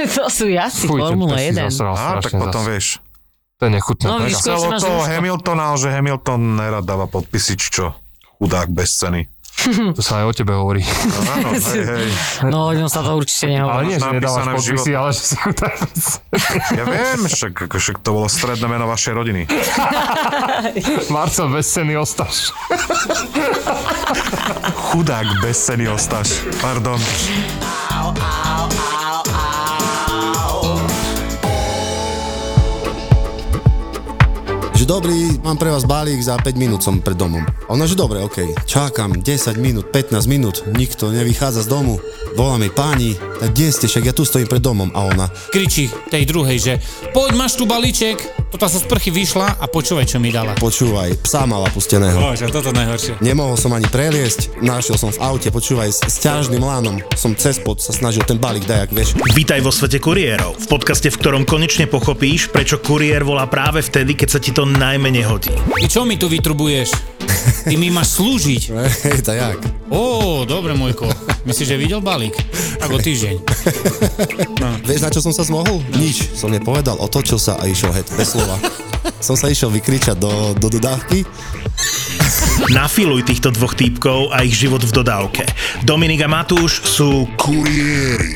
[SPEAKER 2] to sú jazdci
[SPEAKER 1] Fuj, ten
[SPEAKER 2] Formule
[SPEAKER 1] pes si
[SPEAKER 2] 1.
[SPEAKER 1] zasral
[SPEAKER 3] Á, tak
[SPEAKER 1] strašne
[SPEAKER 3] potom
[SPEAKER 1] zas.
[SPEAKER 3] vieš.
[SPEAKER 1] To je nechutné.
[SPEAKER 2] No,
[SPEAKER 1] mega.
[SPEAKER 2] vidíš, Skôr si
[SPEAKER 3] Chcelo
[SPEAKER 2] máš
[SPEAKER 3] toho
[SPEAKER 2] rúško.
[SPEAKER 3] Hamiltona, že Hamilton nerad dáva podpisiť, čo chudák bez ceny.
[SPEAKER 1] To sa aj o tebe hovorí.
[SPEAKER 3] No, áno, hej, hej.
[SPEAKER 2] No, o ňom sa to určite
[SPEAKER 1] Ale
[SPEAKER 2] nehovorí.
[SPEAKER 1] nie, že
[SPEAKER 3] napísané
[SPEAKER 1] nedávaš
[SPEAKER 3] v
[SPEAKER 1] podpisy,
[SPEAKER 3] živote.
[SPEAKER 1] ale že si chutá.
[SPEAKER 3] Ja viem, však, ako- však to bolo stredné meno vašej rodiny.
[SPEAKER 1] Marco bez ceny ostáš.
[SPEAKER 3] Chudák bez ceny ostaš. Pardon.
[SPEAKER 6] Že dobrý, mám pre vás balík, za 5 minút som pred domom. A Ona, že dobre, okej, čakám 10 minút, 15 minút, nikto nevychádza z domu. Volá mi páni, tak kde ste, však ja tu stojím pred domom. A ona,
[SPEAKER 7] kričí tej druhej, že poď, máš tu balíček, toto zo sprchy vyšla a počúvaj, čo mi dala.
[SPEAKER 6] počúvaj, psa mala pusteného.
[SPEAKER 7] Bože, toto najhoršie.
[SPEAKER 6] Nemohol som ani preliesť, našiel som v aute, počúvaj, s, s ťažným lánom. Som cez pod sa snažil ten balík dajak, vieš.
[SPEAKER 4] Vítaj vo svete kuriérov, v podcaste, v ktorom konečne pochopíš, prečo kuriér volá práve vtedy, keď sa ti to najmä nehodí.
[SPEAKER 7] Ty čo mi tu vytrubuješ? Ty mi máš slúžiť.
[SPEAKER 6] Hej, tak jak?
[SPEAKER 7] Ó, dobre, môjko. Myslíš, že videl balík? Tak o týždeň.
[SPEAKER 6] Vieš, na čo som sa zmohol? Nič. Som nepovedal, otočil sa a išiel heď bez slova. som sa išiel vykričať do, do dodávky
[SPEAKER 4] Nafiluj týchto dvoch týpkov a ich život v dodávke. Dominik a Matúš sú kuriéri.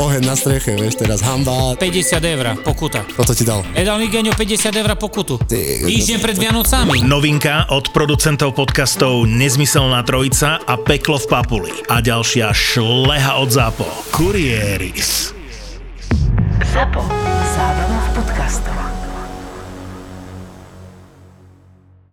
[SPEAKER 6] oheň na streche, vieš, teraz hamba.
[SPEAKER 7] 50 eur pokuta.
[SPEAKER 6] Toto ti dal.
[SPEAKER 7] Edal mi Genio 50 eur pokutu.
[SPEAKER 6] Ty-
[SPEAKER 7] Týždeň pred Vianocami.
[SPEAKER 4] Novinka od producentov podcastov Nezmyselná trojica a Peklo v papuli. A ďalšia šleha od zápo. Kurieris.
[SPEAKER 8] Zápo. Zábrná v podcastov.